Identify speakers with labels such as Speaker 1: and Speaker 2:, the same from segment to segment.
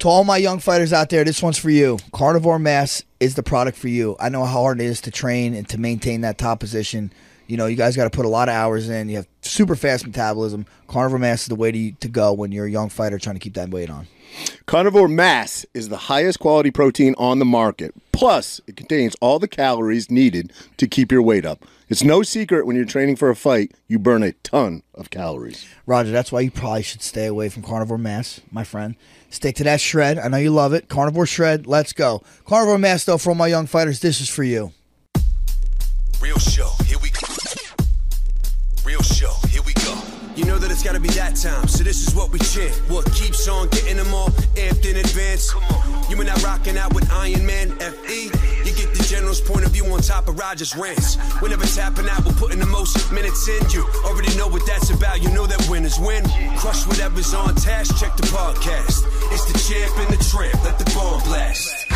Speaker 1: To all my young fighters out there, this one's for you. Carnivore Mass is the product for you. I know how hard it is to train and to maintain that top position. You know, you guys got to put a lot of hours in. You have super fast metabolism. Carnivore Mass is the way to, to go when you're a young fighter trying to keep that weight on.
Speaker 2: Carnivore Mass is the highest quality protein on the market. Plus, it contains all the calories needed to keep your weight up. It's no secret when you're training for a fight, you burn a ton of calories.
Speaker 1: Roger, that's why you probably should stay away from carnivore mass, my friend. Stick to that shred. I know you love it. Carnivore shred, let's go. Carnivore mass, though, for all my young fighters, this is for you.
Speaker 3: Real show, here we go. Real show, here we go. You know that it's gotta be that time, so this is what we chant. What keeps on getting them all amped in advance? Come on. You and I rocking out with Iron Man FE. You get the general's point of view on top of Roger's rants. Whenever tapping out, we're putting the most minutes in. You already know what that's about, you know that winners win. Crush whatever's on task, check the podcast. It's the champ and the tramp, let the bomb blast.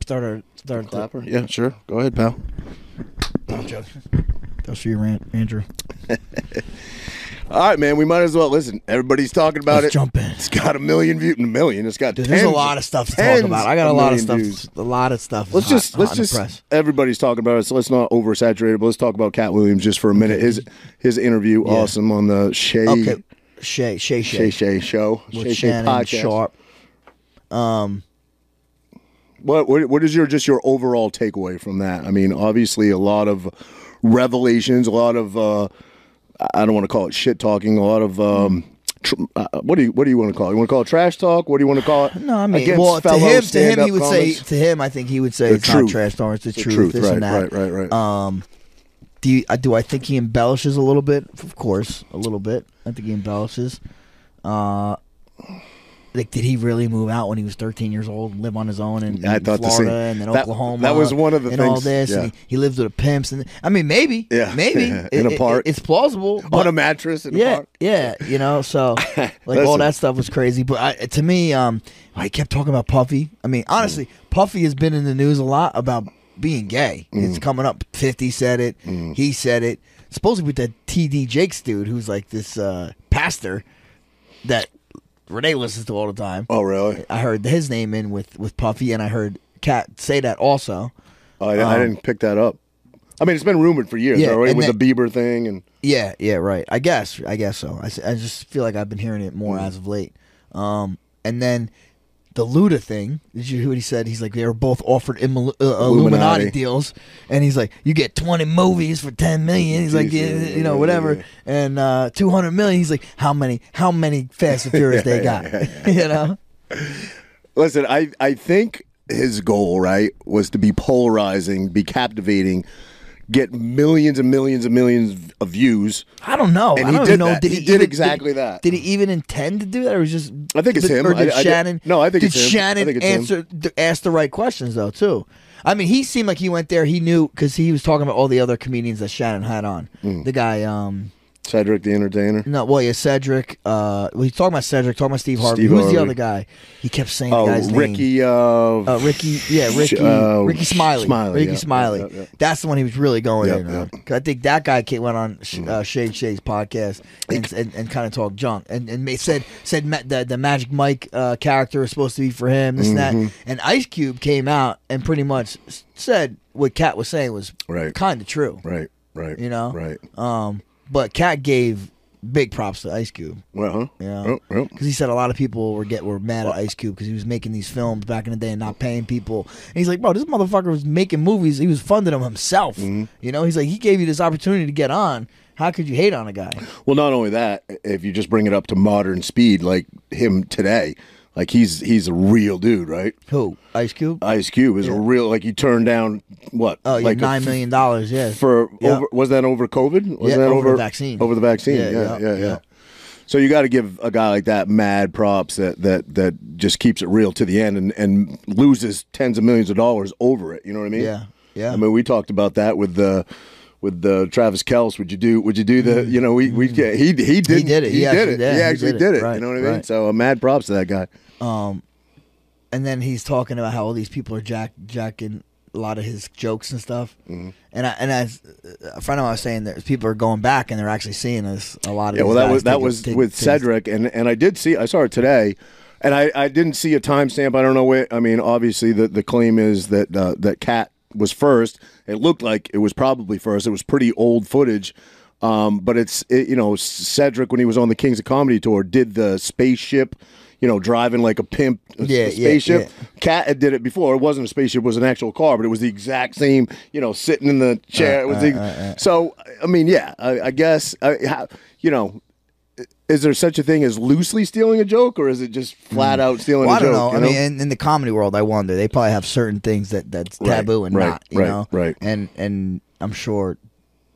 Speaker 4: Start our start our
Speaker 2: Clapper? Yeah, sure. Go ahead, pal.
Speaker 1: That's for you, Ran- Andrew.
Speaker 2: All right, man. We might as well listen. Everybody's talking about
Speaker 1: Let's
Speaker 2: it.
Speaker 1: jump in.
Speaker 2: It's got a million views. A million. It's got.
Speaker 4: Dude, there's a
Speaker 2: tens-
Speaker 4: lot of stuff to talk
Speaker 2: tens
Speaker 4: about. I got a lot of
Speaker 2: million
Speaker 4: stuff.
Speaker 2: views.
Speaker 4: A lot of stuff. is
Speaker 2: Let's
Speaker 4: hot-
Speaker 2: just
Speaker 4: hot
Speaker 2: let's
Speaker 4: in the
Speaker 2: just
Speaker 4: press.
Speaker 2: everybody's talking about it, so let's not oversaturate it. But let's talk about Cat Williams just for a minute. His his interview, awesome on the Shay
Speaker 1: Okay, Shay, Shay,
Speaker 2: Shay
Speaker 1: Shay.
Speaker 2: Shay show,
Speaker 1: With
Speaker 2: Shay Shay
Speaker 1: Shannon
Speaker 2: podcast.
Speaker 1: Sharp.
Speaker 2: What, what what is your just your overall takeaway from that? I mean, obviously a lot of revelations, a lot of uh, I- I don't want to call it shit talking, a lot of um, tr- uh, what do you what do you want to call it? You want to call it trash talk? What do you want to call it?
Speaker 1: No, I mean,
Speaker 2: Against
Speaker 1: well, to
Speaker 2: fellow
Speaker 1: him, to him,
Speaker 2: stand-up
Speaker 1: he would
Speaker 2: comics?
Speaker 1: say, to him, I think he would say
Speaker 2: The
Speaker 1: it's
Speaker 2: truth.
Speaker 1: not trash talk, it's the,
Speaker 2: The
Speaker 1: truth,
Speaker 2: truth,
Speaker 1: this
Speaker 2: right,
Speaker 1: and that.
Speaker 2: right, right, right.
Speaker 1: Um, do you, I do I think he embellishes a little bit? Of course, a little bit. I think he embellishes. Uh, like, did he really move out when he was 13 years old and live on his own in, in
Speaker 2: Yeah, I thought the
Speaker 1: Florida
Speaker 2: same.
Speaker 1: and then
Speaker 2: That-
Speaker 1: Oklahoma?
Speaker 2: that was one of the
Speaker 1: and all
Speaker 2: things,
Speaker 1: this.
Speaker 2: yeah.
Speaker 1: And he, he lived with the pimps, and I mean, maybe,
Speaker 2: Yeah,
Speaker 1: maybe
Speaker 2: yeah,
Speaker 1: It-
Speaker 2: in a
Speaker 1: it-
Speaker 2: park.
Speaker 1: it's plausible.
Speaker 2: on
Speaker 1: but-
Speaker 2: a mattress. In
Speaker 1: yeah,
Speaker 2: a park.
Speaker 1: yeah, you know, so like all
Speaker 2: Listen.
Speaker 1: that stuff was crazy. But I, to me, um, I kept talking about Puffy. I mean, honestly,
Speaker 2: Mm.
Speaker 1: Puffy has been in the news a lot about being gay. It's coming up. Fifty said it.
Speaker 2: Mm.
Speaker 1: He said it. Supposedly with that TD Jakes dude, who's like this uh, pastor that Renee listens to all the time.
Speaker 2: Oh really?
Speaker 1: I heard his name in with with Puffy, and I heard Kat say that also.
Speaker 2: Oh, I, I didn't pick that up. I mean, it's been rumored for years.
Speaker 1: Um, Yeah,
Speaker 2: already
Speaker 1: and
Speaker 2: with
Speaker 1: that-
Speaker 2: the Bieber thing and
Speaker 1: Yeah, yeah, right. I guess, I guess so. I, s- I just feel like I've been hearing it
Speaker 2: Mm.
Speaker 1: more as of late. Um, and then the Luda thing. Did you hear what he said? He's like they were both offered Immol- uh, Illuminati.
Speaker 2: Illuminati.
Speaker 1: deals, and he's like, you get twenty movies for ten million. He's like,
Speaker 2: Jeez,
Speaker 1: yeah,
Speaker 2: yeah,
Speaker 1: you know,
Speaker 2: yeah,
Speaker 1: whatever,
Speaker 2: yeah.
Speaker 1: and uh, two hundred million. He's like, how many? How many Fast and Furious they got? you know.
Speaker 2: Listen, I I think his goal, right, was to be polarizing, be captivating, get millions and millions and millions of views.
Speaker 1: I don't know.
Speaker 2: And
Speaker 1: I
Speaker 2: he
Speaker 1: don't
Speaker 2: did
Speaker 1: know.
Speaker 2: that.
Speaker 1: Did he,
Speaker 2: He did
Speaker 1: even-
Speaker 2: exactly that.
Speaker 1: Did he even intend to do that, or was just?
Speaker 2: I think it's
Speaker 1: but-
Speaker 2: him.
Speaker 1: Or did
Speaker 2: I- I-
Speaker 1: Shannon?
Speaker 2: no, I think
Speaker 1: did
Speaker 2: it's him. I
Speaker 1: Shannon
Speaker 2: think it's him.
Speaker 1: answer d ask the right questions though too? I mean, he seemed like he went there. He knew because he was talking about all the other comedians that Shannon had on.
Speaker 2: Hmm.
Speaker 1: The guy, um,
Speaker 2: Cedric the Entertainer.
Speaker 1: no, well, yeah, Cedric. Uh, well, he's talking about Cedric. Talking about Steve Harvey.
Speaker 2: Steve
Speaker 1: Who's
Speaker 2: Harvey.
Speaker 1: the other guy? He kept saying the
Speaker 2: Oh,
Speaker 1: guy's name.
Speaker 2: Ricky. Uh,
Speaker 1: Uh, Ricky, yeah, Ricky,
Speaker 2: uh,
Speaker 1: Ricky Smiley,
Speaker 2: Smiley,
Speaker 1: Ricky
Speaker 2: yeah,
Speaker 1: Smiley.
Speaker 2: yeah, yeah, yeah.
Speaker 1: That's the one he was really going
Speaker 2: Yeah,
Speaker 1: in
Speaker 2: yeah. Mm.
Speaker 1: on. 'Cause I think that guy came, went on Sh- uh, Shade Shade's podcast and, and, and kind of talked junk and and ma- said said ma- the the Magic Mike uh, character was supposed to be for him this and that.
Speaker 2: Mm-hmm.
Speaker 1: And Ice Cube came out and pretty much s- said what Cat was saying was
Speaker 2: Right.
Speaker 1: kind of true.
Speaker 2: right, right.
Speaker 1: You know,
Speaker 2: right.
Speaker 1: Um, but Cat gave big props to Ice Cube.
Speaker 2: Well, huh?
Speaker 1: Yeah,
Speaker 2: Oh, oh.
Speaker 1: because he said a lot of people were get were mad at Ice Cube because he was making these films back in the day and not paying people. And he's like, bro, this motherfucker was making movies. He was funding them himself.
Speaker 2: Mm-hmm.
Speaker 1: You know, he's like, he gave you this opportunity to get on. How could you hate on a guy?
Speaker 2: Well, not only that, if you just bring it up to modern speed, like him today, like he's he's a real dude, right?
Speaker 1: Who Ice Cube?
Speaker 2: Ice Cube is a real like you turned down what?
Speaker 1: oh yeah,
Speaker 2: Uh, like a
Speaker 1: nine million dollars. Yeah,
Speaker 2: for
Speaker 1: Yeah.
Speaker 2: over, was that over COVID? Was
Speaker 1: Yeah,
Speaker 2: that
Speaker 1: over the vaccine.
Speaker 2: Over the vaccine.
Speaker 1: Yeah,
Speaker 2: Yeah,
Speaker 1: yeah,
Speaker 2: yeah, yeah.
Speaker 1: yeah.
Speaker 2: So you got to give a guy like that mad props that that that just keeps it real to the end and and loses tens of millions of dollars over it. You know what I mean?
Speaker 1: Yeah, yeah.
Speaker 2: I mean, we talked about that with the. With the Travis Kelce, would you do? Would you do the? You know, we we yeah, he he did
Speaker 1: did it. Mm-hmm. He
Speaker 2: He, did
Speaker 1: actually-
Speaker 2: it.
Speaker 1: yeah,
Speaker 2: he actually did it.
Speaker 1: Right,
Speaker 2: you know what I mean?
Speaker 1: right.
Speaker 2: So, uh, mad props to that guy.
Speaker 1: and then he's talking about how all these people are jack jacking a lot of his jokes and stuff.
Speaker 2: Mm-hmm.
Speaker 1: And I and as a friend of mine was saying that people are going back and they're actually seeing this a lot of.
Speaker 2: Yeah,
Speaker 1: these
Speaker 2: well, that
Speaker 1: guys
Speaker 2: was that
Speaker 1: take a-
Speaker 2: was
Speaker 1: take-
Speaker 2: with
Speaker 1: take a-
Speaker 2: Cedric, and and I did see I saw it today, and I, I didn't see a timestamp. I don't know what I mean. Obviously, the, the claim is that uh, that cat was first. It looked like it was probably first. It was pretty old footage, um, but it's it, you know Cedric when he was on the Kings of Comedy tour did the spaceship. You know, driving like a pimp uh,
Speaker 1: Yeah, yeah,
Speaker 2: spaceship.
Speaker 1: yeah.
Speaker 2: Cat had did it before. It wasn't a spaceship; it was an actual car, but it was the exact same. You know, sitting in the chair.
Speaker 1: Uh,
Speaker 2: it was the, so. I mean, yeah. I, I guess. I, how, you know, is there such a thing as loosely stealing a joke, or is it just flat out
Speaker 1: Mm.
Speaker 2: stealing
Speaker 1: Well,
Speaker 2: a
Speaker 1: I don't
Speaker 2: joke?
Speaker 1: know.
Speaker 2: you
Speaker 1: I mean, in, in the comedy world, I wonder they probably have certain things that that's
Speaker 2: Right,
Speaker 1: taboo and
Speaker 2: right,
Speaker 1: not, you
Speaker 2: right,
Speaker 1: know,
Speaker 2: right.
Speaker 1: And and I'm sure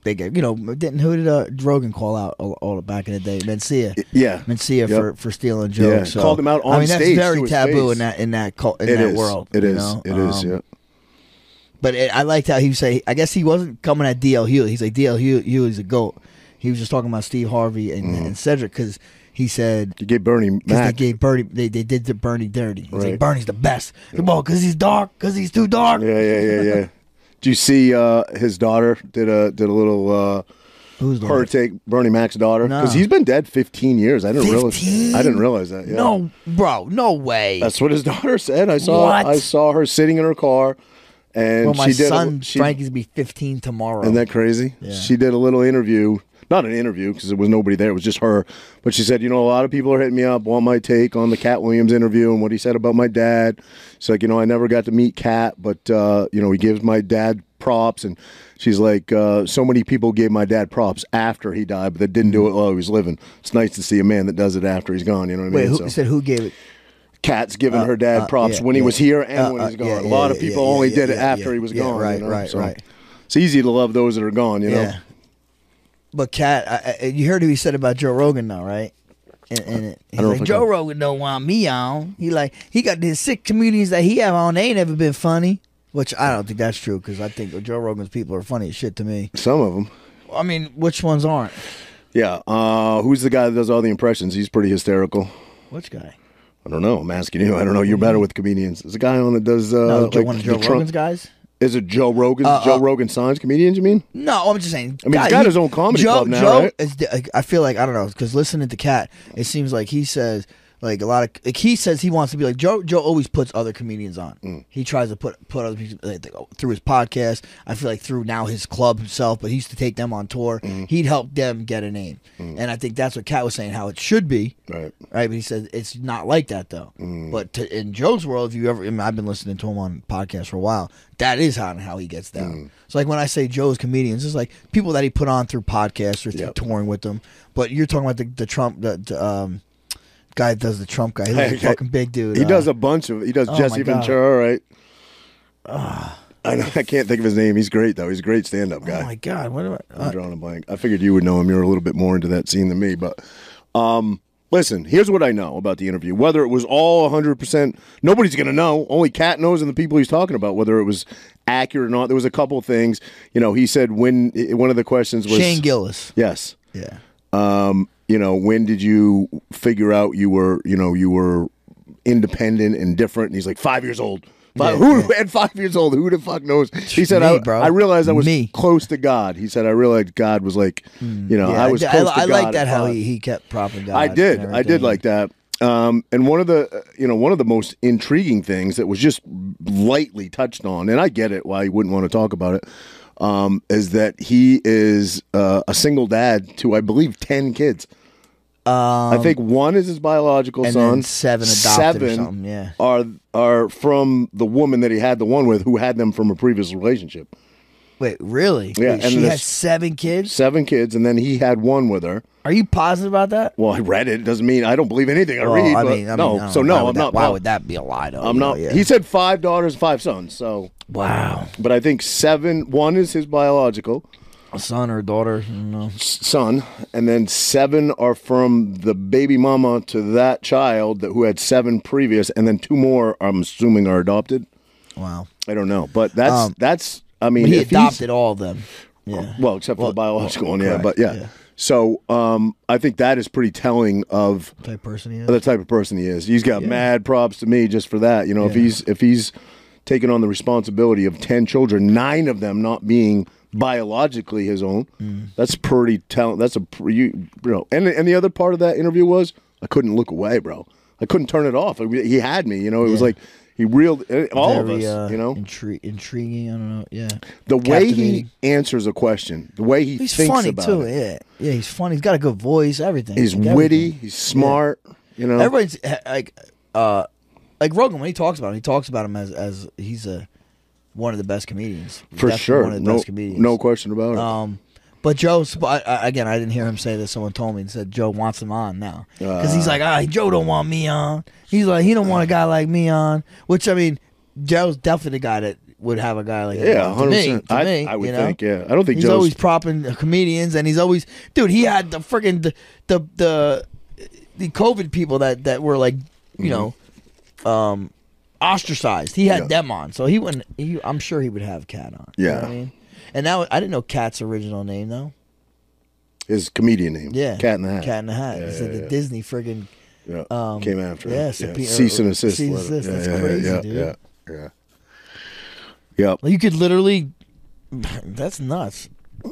Speaker 1: they get, you know, didn't who did uh, Rogan call out all, all back in the day? Mencia,
Speaker 2: yeah.
Speaker 1: Mencia
Speaker 2: Yep.
Speaker 1: for for stealing jokes. So,
Speaker 2: Called him out on
Speaker 1: I mean, that's
Speaker 2: stage to
Speaker 1: very
Speaker 2: his
Speaker 1: taboo
Speaker 2: face.
Speaker 1: in that in that cul- in
Speaker 2: It
Speaker 1: that
Speaker 2: is.
Speaker 1: world.
Speaker 2: It
Speaker 1: you
Speaker 2: is.
Speaker 1: know?
Speaker 2: It is.
Speaker 1: Um,
Speaker 2: yeah.
Speaker 1: But it, I liked how he say. I guess he wasn't coming at DL Hughley. He's like DL Hugh- Hughley's a goat. He was just talking about Steve Harvey and,
Speaker 2: Mm-hmm.
Speaker 1: and Cedric because he said
Speaker 2: You gave Bernie
Speaker 1: because they
Speaker 2: Mac.
Speaker 1: gave Bernie, they, they did the Bernie dirty. He's
Speaker 2: Right.
Speaker 1: like, Bernie's the best. Well, because he's dark, because he's too dark.
Speaker 2: yeah, yeah, yeah, yeah. Do you see uh, his daughter did a did a little uh,
Speaker 1: Who's
Speaker 2: her
Speaker 1: dark?
Speaker 2: take Bernie Mac's daughter because
Speaker 1: No.
Speaker 2: he's been dead 15 years. I didn't realize.
Speaker 1: 15?
Speaker 2: I didn't realize that. Yeah.
Speaker 1: No, bro, no way.
Speaker 2: That's what his daughter said. I saw
Speaker 1: What?
Speaker 2: I saw her sitting in her car, and
Speaker 1: well, my
Speaker 2: she did.
Speaker 1: son
Speaker 2: a, she,
Speaker 1: Frankie's be 15 tomorrow.
Speaker 2: Isn't that crazy?
Speaker 1: Yeah.
Speaker 2: She did a little interview, not an interview because there was nobody there. It was just her. But she said, you know, a lot of people are hitting me up, want my take on the Cat Williams interview and what he said about my dad. She's like, you know, I never got to meet Cat, but uh, you know, he gives my dad props, and she's like, uh, so many people gave my dad props after he died, but they didn't do it while he was living. It's nice to see a man that does it after he's gone. You know what I
Speaker 1: Wait,
Speaker 2: mean?
Speaker 1: who
Speaker 2: So-
Speaker 1: you said who gave it?
Speaker 2: Cat's giving her dad
Speaker 1: uh,
Speaker 2: props
Speaker 1: yeah,
Speaker 2: when he
Speaker 1: yeah.
Speaker 2: was here and
Speaker 1: Uh,
Speaker 2: when he's
Speaker 1: uh,
Speaker 2: gone.
Speaker 1: yeah,
Speaker 2: a lot
Speaker 1: yeah,
Speaker 2: of people
Speaker 1: yeah,
Speaker 2: only
Speaker 1: yeah,
Speaker 2: did it
Speaker 1: yeah,
Speaker 2: after
Speaker 1: yeah,
Speaker 2: he was
Speaker 1: yeah,
Speaker 2: gone. you
Speaker 1: right,
Speaker 2: know,
Speaker 1: right,
Speaker 2: so.
Speaker 1: right.
Speaker 2: It's easy to love those that are gone, you know.
Speaker 1: Yeah. But Cat, I, I, you heard who he said about Joe Rogan, though, right? And, and it, he's
Speaker 2: don't know if
Speaker 1: like,
Speaker 2: I
Speaker 1: Joe
Speaker 2: can-
Speaker 1: Rogan don't want me on. He like he got these sick comedians that he have on. They ain't never been funny, which I don't think that's true because I think Joe Rogan's people are funny as shit to me.
Speaker 2: Some of them.
Speaker 1: I mean, which ones aren't?
Speaker 2: Yeah. Uh, who's the guy that does all the impressions? He's pretty hysterical.
Speaker 1: Which guy?
Speaker 2: I don't know. I'm asking you. I don't know. You're better with comedians. There's a guy on that does. Uh,
Speaker 1: No, Joe,
Speaker 2: like
Speaker 1: one of
Speaker 2: the
Speaker 1: Joe
Speaker 2: Trump-
Speaker 1: Rogan's guys.
Speaker 2: Is it Joe Rogan?
Speaker 1: Uh,
Speaker 2: Joe
Speaker 1: uh,
Speaker 2: Rogan signs comedians, you mean?
Speaker 1: No, I'm just saying.
Speaker 2: I mean, he's got his own comedy
Speaker 1: Joe,
Speaker 2: club now,
Speaker 1: Joe
Speaker 2: right?
Speaker 1: is the- like, I feel like I don't know because listening to Cat, it seems like he says like a lot of like he says he wants to be like Joe. Joe always puts other comedians on.
Speaker 2: Mm.
Speaker 1: He tries to put put other people like, through his podcast. I feel like through now his club himself, but he used to take them on tour.
Speaker 2: Mm.
Speaker 1: He'd help them get a name, and I think that's what Cat was saying how it should be.
Speaker 2: Right.
Speaker 1: Right, but he said it's not like that though.
Speaker 2: Mm.
Speaker 1: But to, in Joe's world, if you ever, I mean, I've been listening to him on podcasts for a while. That is how how he gets down.
Speaker 2: Mm.
Speaker 1: So like when I say Joe's comedians, it's like people that he put on through podcasts or through
Speaker 2: Yep.
Speaker 1: touring with them. But you're talking about the, the Trump, the, the um, guy that does the Trump guy. He's a
Speaker 2: Okay.
Speaker 1: fucking big dude.
Speaker 2: He
Speaker 1: uh,
Speaker 2: does a bunch of. He does
Speaker 1: oh
Speaker 2: Jesse
Speaker 1: my God. Ah.
Speaker 2: Ventura, right? I, know, I can't think of his name. He's great though. He's a great stand-up guy.
Speaker 1: Oh my god, what am I? uh,
Speaker 2: I'm drawing a blank. I figured you would know him. You're a little bit more into that scene than me. But um, listen, here's what I know about the interview. Whether it was all 100%, nobody's going to know. Only Cat knows and the people he's talking about, whether it was accurate or not. There was a couple things. You know, he said when i- one of the questions was
Speaker 1: Shane Gillis.
Speaker 2: Yes.
Speaker 1: Yeah.
Speaker 2: Um, you know, when did you figure out you were, you know, you were independent and different? And he's like, five years old. Five,
Speaker 1: Yeah,
Speaker 2: who at five years old? Who the fuck knows? He said,
Speaker 1: Me,
Speaker 2: I,
Speaker 1: bro.
Speaker 2: "I realized I was
Speaker 1: Me. Hmm.
Speaker 2: close to God." He said, "I realized God was like, you know,
Speaker 1: Yeah,
Speaker 2: I was
Speaker 1: d-
Speaker 2: close to
Speaker 1: I
Speaker 2: God."
Speaker 1: like
Speaker 2: at
Speaker 1: that how
Speaker 2: five."
Speaker 1: he, he kept propping God.
Speaker 2: I
Speaker 1: and
Speaker 2: did. I did
Speaker 1: everything.
Speaker 2: like that. Um, and one of the, uh, you know, one of the most intriguing things that was just lightly touched on, and I get it why he wouldn't want to talk about it, um, is that he is uh, a single dad to, I believe, ten kids. I think one is his biological
Speaker 1: Um, and
Speaker 2: son.
Speaker 1: then seven adopted or something, yeah.
Speaker 2: are are from the woman that he had the one with, who had them from a previous relationship.
Speaker 1: Wait, really?
Speaker 2: Yeah,
Speaker 1: Wait,
Speaker 2: and
Speaker 1: she
Speaker 2: this-
Speaker 1: had seven kids.
Speaker 2: Seven kids, and then he had one with her.
Speaker 1: Are you positive about that?
Speaker 2: Well, I read it. Doesn't mean I don't believe anything I
Speaker 1: Well,
Speaker 2: read.
Speaker 1: I
Speaker 2: but
Speaker 1: mean, I
Speaker 2: no.
Speaker 1: mean, I don't
Speaker 2: so
Speaker 1: know. Why
Speaker 2: no,
Speaker 1: would
Speaker 2: I'm
Speaker 1: that-
Speaker 2: not.
Speaker 1: Why would that be a lie, though?
Speaker 2: I'm
Speaker 1: You know,
Speaker 2: not.
Speaker 1: yeah.
Speaker 2: He said five daughters, five sons. So,
Speaker 1: wow,
Speaker 2: but I think seven. One is his biological
Speaker 1: a son or a daughter. You know.
Speaker 2: s- son, and then seven are from the baby mama to that child that who had seven previous, and then two more. I'm assuming are adopted.
Speaker 1: Wow,
Speaker 2: I don't know, but that's
Speaker 1: Um,
Speaker 2: that's. I mean,
Speaker 1: but he
Speaker 2: if he's-
Speaker 1: adopted all of them. Yeah,
Speaker 2: Well, except for the biological one, yeah.
Speaker 1: correct,
Speaker 2: But yeah.
Speaker 1: yeah.
Speaker 2: So um, I think that is pretty telling of
Speaker 1: type person he is.
Speaker 2: the type of person he is. He's got mad props to me just for that. You know, if
Speaker 1: Yeah.
Speaker 2: he's if he's taking on the responsibility of ten children, nine of them not being biologically his own,
Speaker 1: Mm.
Speaker 2: that's pretty talent. That's a pre- you, you know. And and the other part of that interview was I couldn't look away, bro. I couldn't turn it off. I- He had me. You know, it was
Speaker 1: Yeah.
Speaker 2: like he reeled eh, all
Speaker 1: Very,
Speaker 2: of us.
Speaker 1: uh,
Speaker 2: you know,
Speaker 1: intri- intriguing. I don't know. Yeah,
Speaker 2: the way he
Speaker 1: captivating.
Speaker 2: answers a question, the way he
Speaker 1: he's
Speaker 2: thinks
Speaker 1: funny
Speaker 2: about
Speaker 1: too. eh?
Speaker 2: it.
Speaker 1: Yeah, yeah, he's funny. He's got a good voice. Everything.
Speaker 2: He's
Speaker 1: Like,
Speaker 2: witty.
Speaker 1: everything.
Speaker 2: He's smart. You know,
Speaker 1: Everybody's ha- like, uh, like Rogan when he talks about him, he talks about him as as he's a one of the best comedians.
Speaker 2: for
Speaker 1: Definitely
Speaker 2: sure.
Speaker 1: one of the
Speaker 2: no,
Speaker 1: best comedians.
Speaker 2: no question about it.
Speaker 1: Um, but Joe, Sp- I, I, again, I didn't hear him say this. Someone told me and said Joe wants him on now because
Speaker 2: Uh.
Speaker 1: he's like, ah, Joe don't want me on. He's like, he don't want a guy like me on. Which I mean, Joe's definitely the guy that would have a guy like him
Speaker 2: Yeah,
Speaker 1: on. To
Speaker 2: hundred
Speaker 1: me,
Speaker 2: percent.
Speaker 1: to
Speaker 2: I,
Speaker 1: me,
Speaker 2: I would
Speaker 1: you know?
Speaker 2: think. Yeah, I don't think
Speaker 1: He's
Speaker 2: Joe's.
Speaker 1: always propping the comedians, and he's always, dude. He had the freaking the, the the the COVID people that that were like, you know, um, ostracized. He had
Speaker 2: Mm-hmm. Yeah.
Speaker 1: them on, so he wouldn't. He, I'm sure he would have Cat on. You know what
Speaker 2: Yeah.
Speaker 1: I mean? And now I didn't know Cat's original name though.
Speaker 2: his comedian name.
Speaker 1: Yeah,
Speaker 2: Cat in the Hat.
Speaker 1: Cat in the Hat.
Speaker 2: Yeah,
Speaker 1: He said
Speaker 2: yeah,
Speaker 1: the
Speaker 2: yeah.
Speaker 1: Disney friggin'
Speaker 2: Yeah.
Speaker 1: um,
Speaker 2: Came after.
Speaker 1: yeah,
Speaker 2: him.
Speaker 1: subpoena-
Speaker 2: Cease and assist.
Speaker 1: cease and
Speaker 2: letter.
Speaker 1: assist.
Speaker 2: Yeah,
Speaker 1: That's
Speaker 2: yeah,
Speaker 1: crazy,
Speaker 2: yeah,
Speaker 1: dude.
Speaker 2: Yeah, yeah. Yep.
Speaker 1: Well, you could literally. That's nuts.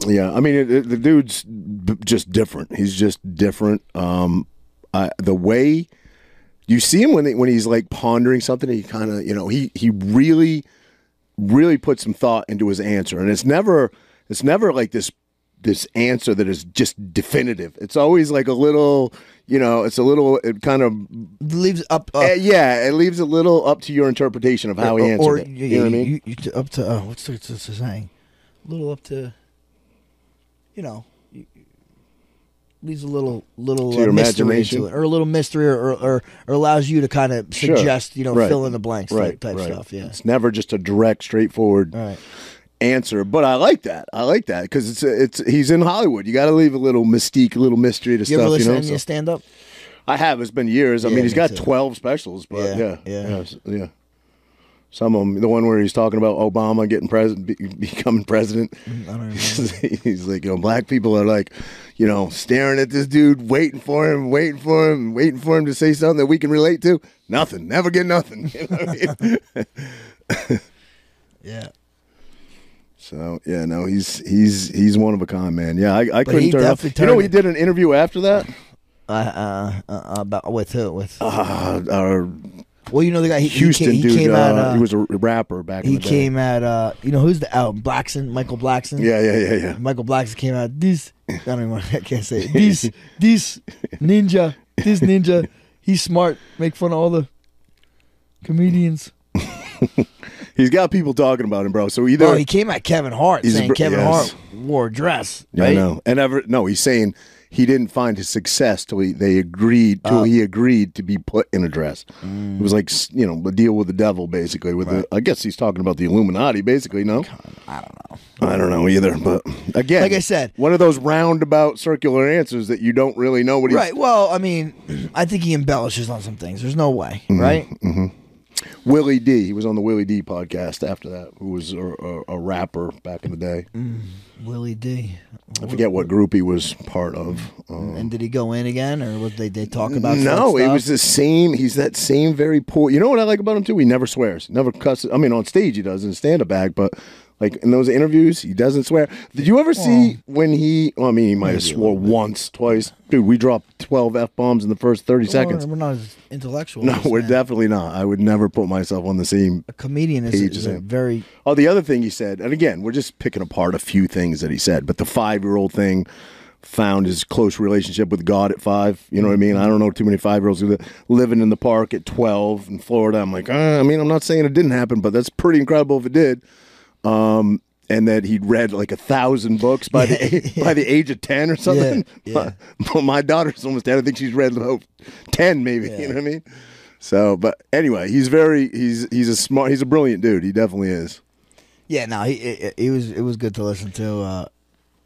Speaker 2: Yeah, I mean, it, it- the dude's b- just different. He's just different. Um, I, the way you see him when they, when he's like pondering something, he kind of you know he he really really put some thought into his answer, and it's never it's never like this this answer that is just definitive. It's always like a little you know it's a little it kind of
Speaker 1: Leaves up. Uh,
Speaker 2: eh, yeah it leaves a little up to your interpretation of how he answered
Speaker 1: or,
Speaker 2: it.
Speaker 1: you,
Speaker 2: You know what I mean?
Speaker 1: you- you- up to uh, what's the, what's the saying? A little up to. You know, you- you- leaves a little little
Speaker 2: To your
Speaker 1: uh, mystery
Speaker 2: imagination.
Speaker 1: into it, or a little mystery, or or, or allows you to kind of
Speaker 2: Sure.
Speaker 1: suggest, you know,
Speaker 2: Right.
Speaker 1: fill in the blanks type, type stuff. Yeah.
Speaker 2: It's never just a direct, straightforward
Speaker 1: All right.
Speaker 2: answer. But I like that. I like that because it's it's he's in Hollywood. You got to leave a little mystique, a little mystery to
Speaker 1: You
Speaker 2: stuff.
Speaker 1: ever
Speaker 2: you
Speaker 1: listen
Speaker 2: know,
Speaker 1: to
Speaker 2: So-
Speaker 1: any stand up?
Speaker 2: I have. It's been years. I
Speaker 1: Yeah,
Speaker 2: mean, he's
Speaker 1: me
Speaker 2: got
Speaker 1: too.
Speaker 2: twelve specials,
Speaker 1: Yeah,
Speaker 2: but yeah, yeah,
Speaker 1: yeah.
Speaker 2: yeah. s- yeah. Some of them, the one where he's talking about Obama getting president, be, becoming president.
Speaker 1: Mm,
Speaker 2: he's like, you know, black people are like, you know, staring at this dude, waiting for him, waiting for him, waiting for him to say something that we can relate to. Nothing. Never get nothing. You know what I mean?
Speaker 1: Yeah.
Speaker 2: So yeah, no, he's he's he's one of a kind, man. Yeah, I, I
Speaker 1: But
Speaker 2: couldn't
Speaker 1: he
Speaker 2: turn it off.
Speaker 1: definitely
Speaker 2: You know,
Speaker 1: turned
Speaker 2: he
Speaker 1: it-
Speaker 2: did an interview after that.
Speaker 1: Uh, uh, uh, about with who? With
Speaker 2: Uh, our
Speaker 1: well, you know the guy. He, he
Speaker 2: Houston
Speaker 1: came, he
Speaker 2: dude,
Speaker 1: came
Speaker 2: uh,
Speaker 1: out. Uh,
Speaker 2: he was a rapper back. in
Speaker 1: He
Speaker 2: the day.
Speaker 1: came at uh, you know who's the oh, Blackson, Michael Blackson.
Speaker 2: Yeah, yeah, yeah, yeah.
Speaker 1: Michael Blackson came out. This I don't even want. I can't say it. this. This ninja. This ninja. He's smart. Make fun of all the comedians.
Speaker 2: He's got people talking about him, bro. So either
Speaker 1: No, he came at Kevin Hart
Speaker 2: He's a
Speaker 1: saying
Speaker 2: br-
Speaker 1: Kevin
Speaker 2: yes.
Speaker 1: Hart wore a dress.
Speaker 2: Yeah, I
Speaker 1: Right?
Speaker 2: know. And ever no, he's saying he didn't find his success till he, they agreed
Speaker 1: Oh.
Speaker 2: till he agreed to be put in a dress. It
Speaker 1: Mm.
Speaker 2: was like s- you know a deal with the devil, basically. With the, I guess he's talking about the Illuminati, basically. No,
Speaker 1: I don't know.
Speaker 2: I don't know either. But again,
Speaker 1: Like I said-
Speaker 2: one of those roundabout circular answers that you don't really know what he's
Speaker 1: Right. Well, I mean, I think he embellishes on some things. There's no way.
Speaker 2: Mm-hmm.
Speaker 1: Right.
Speaker 2: Willie D. He was on the Willie D podcast after that, who was a, a, a rapper back in the day.
Speaker 1: Mm, Willie D.
Speaker 2: I forget what group he was part of. Um,
Speaker 1: And did he go in again, or was they they talk about?
Speaker 2: no,
Speaker 1: sex
Speaker 2: it
Speaker 1: stuff?
Speaker 2: was the same. He's that same very poor. You know what I like about him too? He never swears, never cusses. I mean, on stage he does in stand up act, but like in those interviews, he doesn't swear. Did you ever see when he? Well, I mean, he might have swore once, twice. Dude, we dropped twelve f bombs in the first thirty seconds.
Speaker 1: We're not as intellectual.
Speaker 2: No,
Speaker 1: as
Speaker 2: we're
Speaker 1: man.
Speaker 2: definitely not. I would never put myself on the same
Speaker 1: a comedian is,
Speaker 2: Page
Speaker 1: is
Speaker 2: is
Speaker 1: a
Speaker 2: in.
Speaker 1: very
Speaker 2: Oh, the other thing he said, and again, we're just picking apart a few things that he said, but the five year old thing found his close relationship with God at five. You know what I mean? I don't know too many five year olds living in the park at 12 in Florida. I'm like, ah, I mean, I'm not saying it didn't happen, but that's pretty incredible if it did. Um, and that he'd read like a thousand books by the by the age of ten or something.
Speaker 1: yeah.
Speaker 2: My, my daughter's almost ten. I think she's read about ten, maybe. You know what I mean? So, but anyway, he's very he's he's a smart he's a brilliant dude. He definitely is.
Speaker 1: yeah. No, he it, it was it was good to listen to. Uh,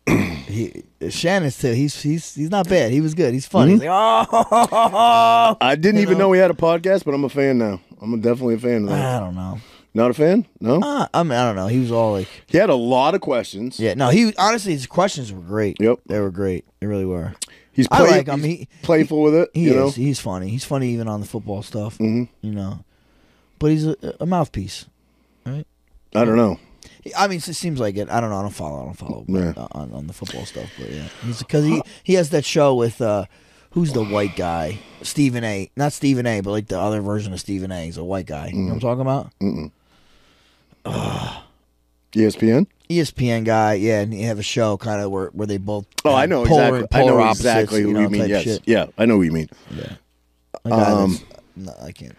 Speaker 1: he Shannon's too. He's he's he's not bad. He was good. He's funny.
Speaker 2: Mm-hmm.
Speaker 1: He's like, oh,
Speaker 2: I didn't even know he had a podcast, but I'm a fan now. I'm definitely a fan of that.
Speaker 1: I don't know.
Speaker 2: Not a fan? No.
Speaker 1: Uh, I mean, I don't know. He was all like,
Speaker 2: He had a lot of questions.
Speaker 1: yeah, no. He honestly, his questions were great.
Speaker 2: Yep.
Speaker 1: they were great. They really were.
Speaker 2: He's,
Speaker 1: I
Speaker 2: play-
Speaker 1: like him.
Speaker 2: he's
Speaker 1: He-
Speaker 2: playful with it.
Speaker 1: He
Speaker 2: you
Speaker 1: is.
Speaker 2: know? Mm-hmm.
Speaker 1: He's funny. He's funny even on the football stuff. You know, but he's a, a mouthpiece.
Speaker 2: I don't know.
Speaker 1: I mean, it seems like it. I don't know. I don't follow. I don't follow
Speaker 2: Yeah.
Speaker 1: uh, on, on the football stuff. But yeah, because he he has that show with uh, who's the white guy? Stephen A. Not Stephen A. But like the other version of Stephen A. He's a white guy. You know what
Speaker 2: Mm.
Speaker 1: I'm talking about?
Speaker 2: ESPN.
Speaker 1: ESPN guy. Yeah, and you have a show kind of where where they both.
Speaker 2: Oh,
Speaker 1: uh,
Speaker 2: I know
Speaker 1: polar-
Speaker 2: exactly. I
Speaker 1: polar
Speaker 2: know
Speaker 1: opposites,
Speaker 2: exactly who
Speaker 1: you
Speaker 2: you,
Speaker 1: know,
Speaker 2: mean.
Speaker 1: type
Speaker 2: Yes.
Speaker 1: shit.
Speaker 2: Yeah, I know who you mean.
Speaker 1: A guy
Speaker 2: Um,
Speaker 1: that's- no, I can't.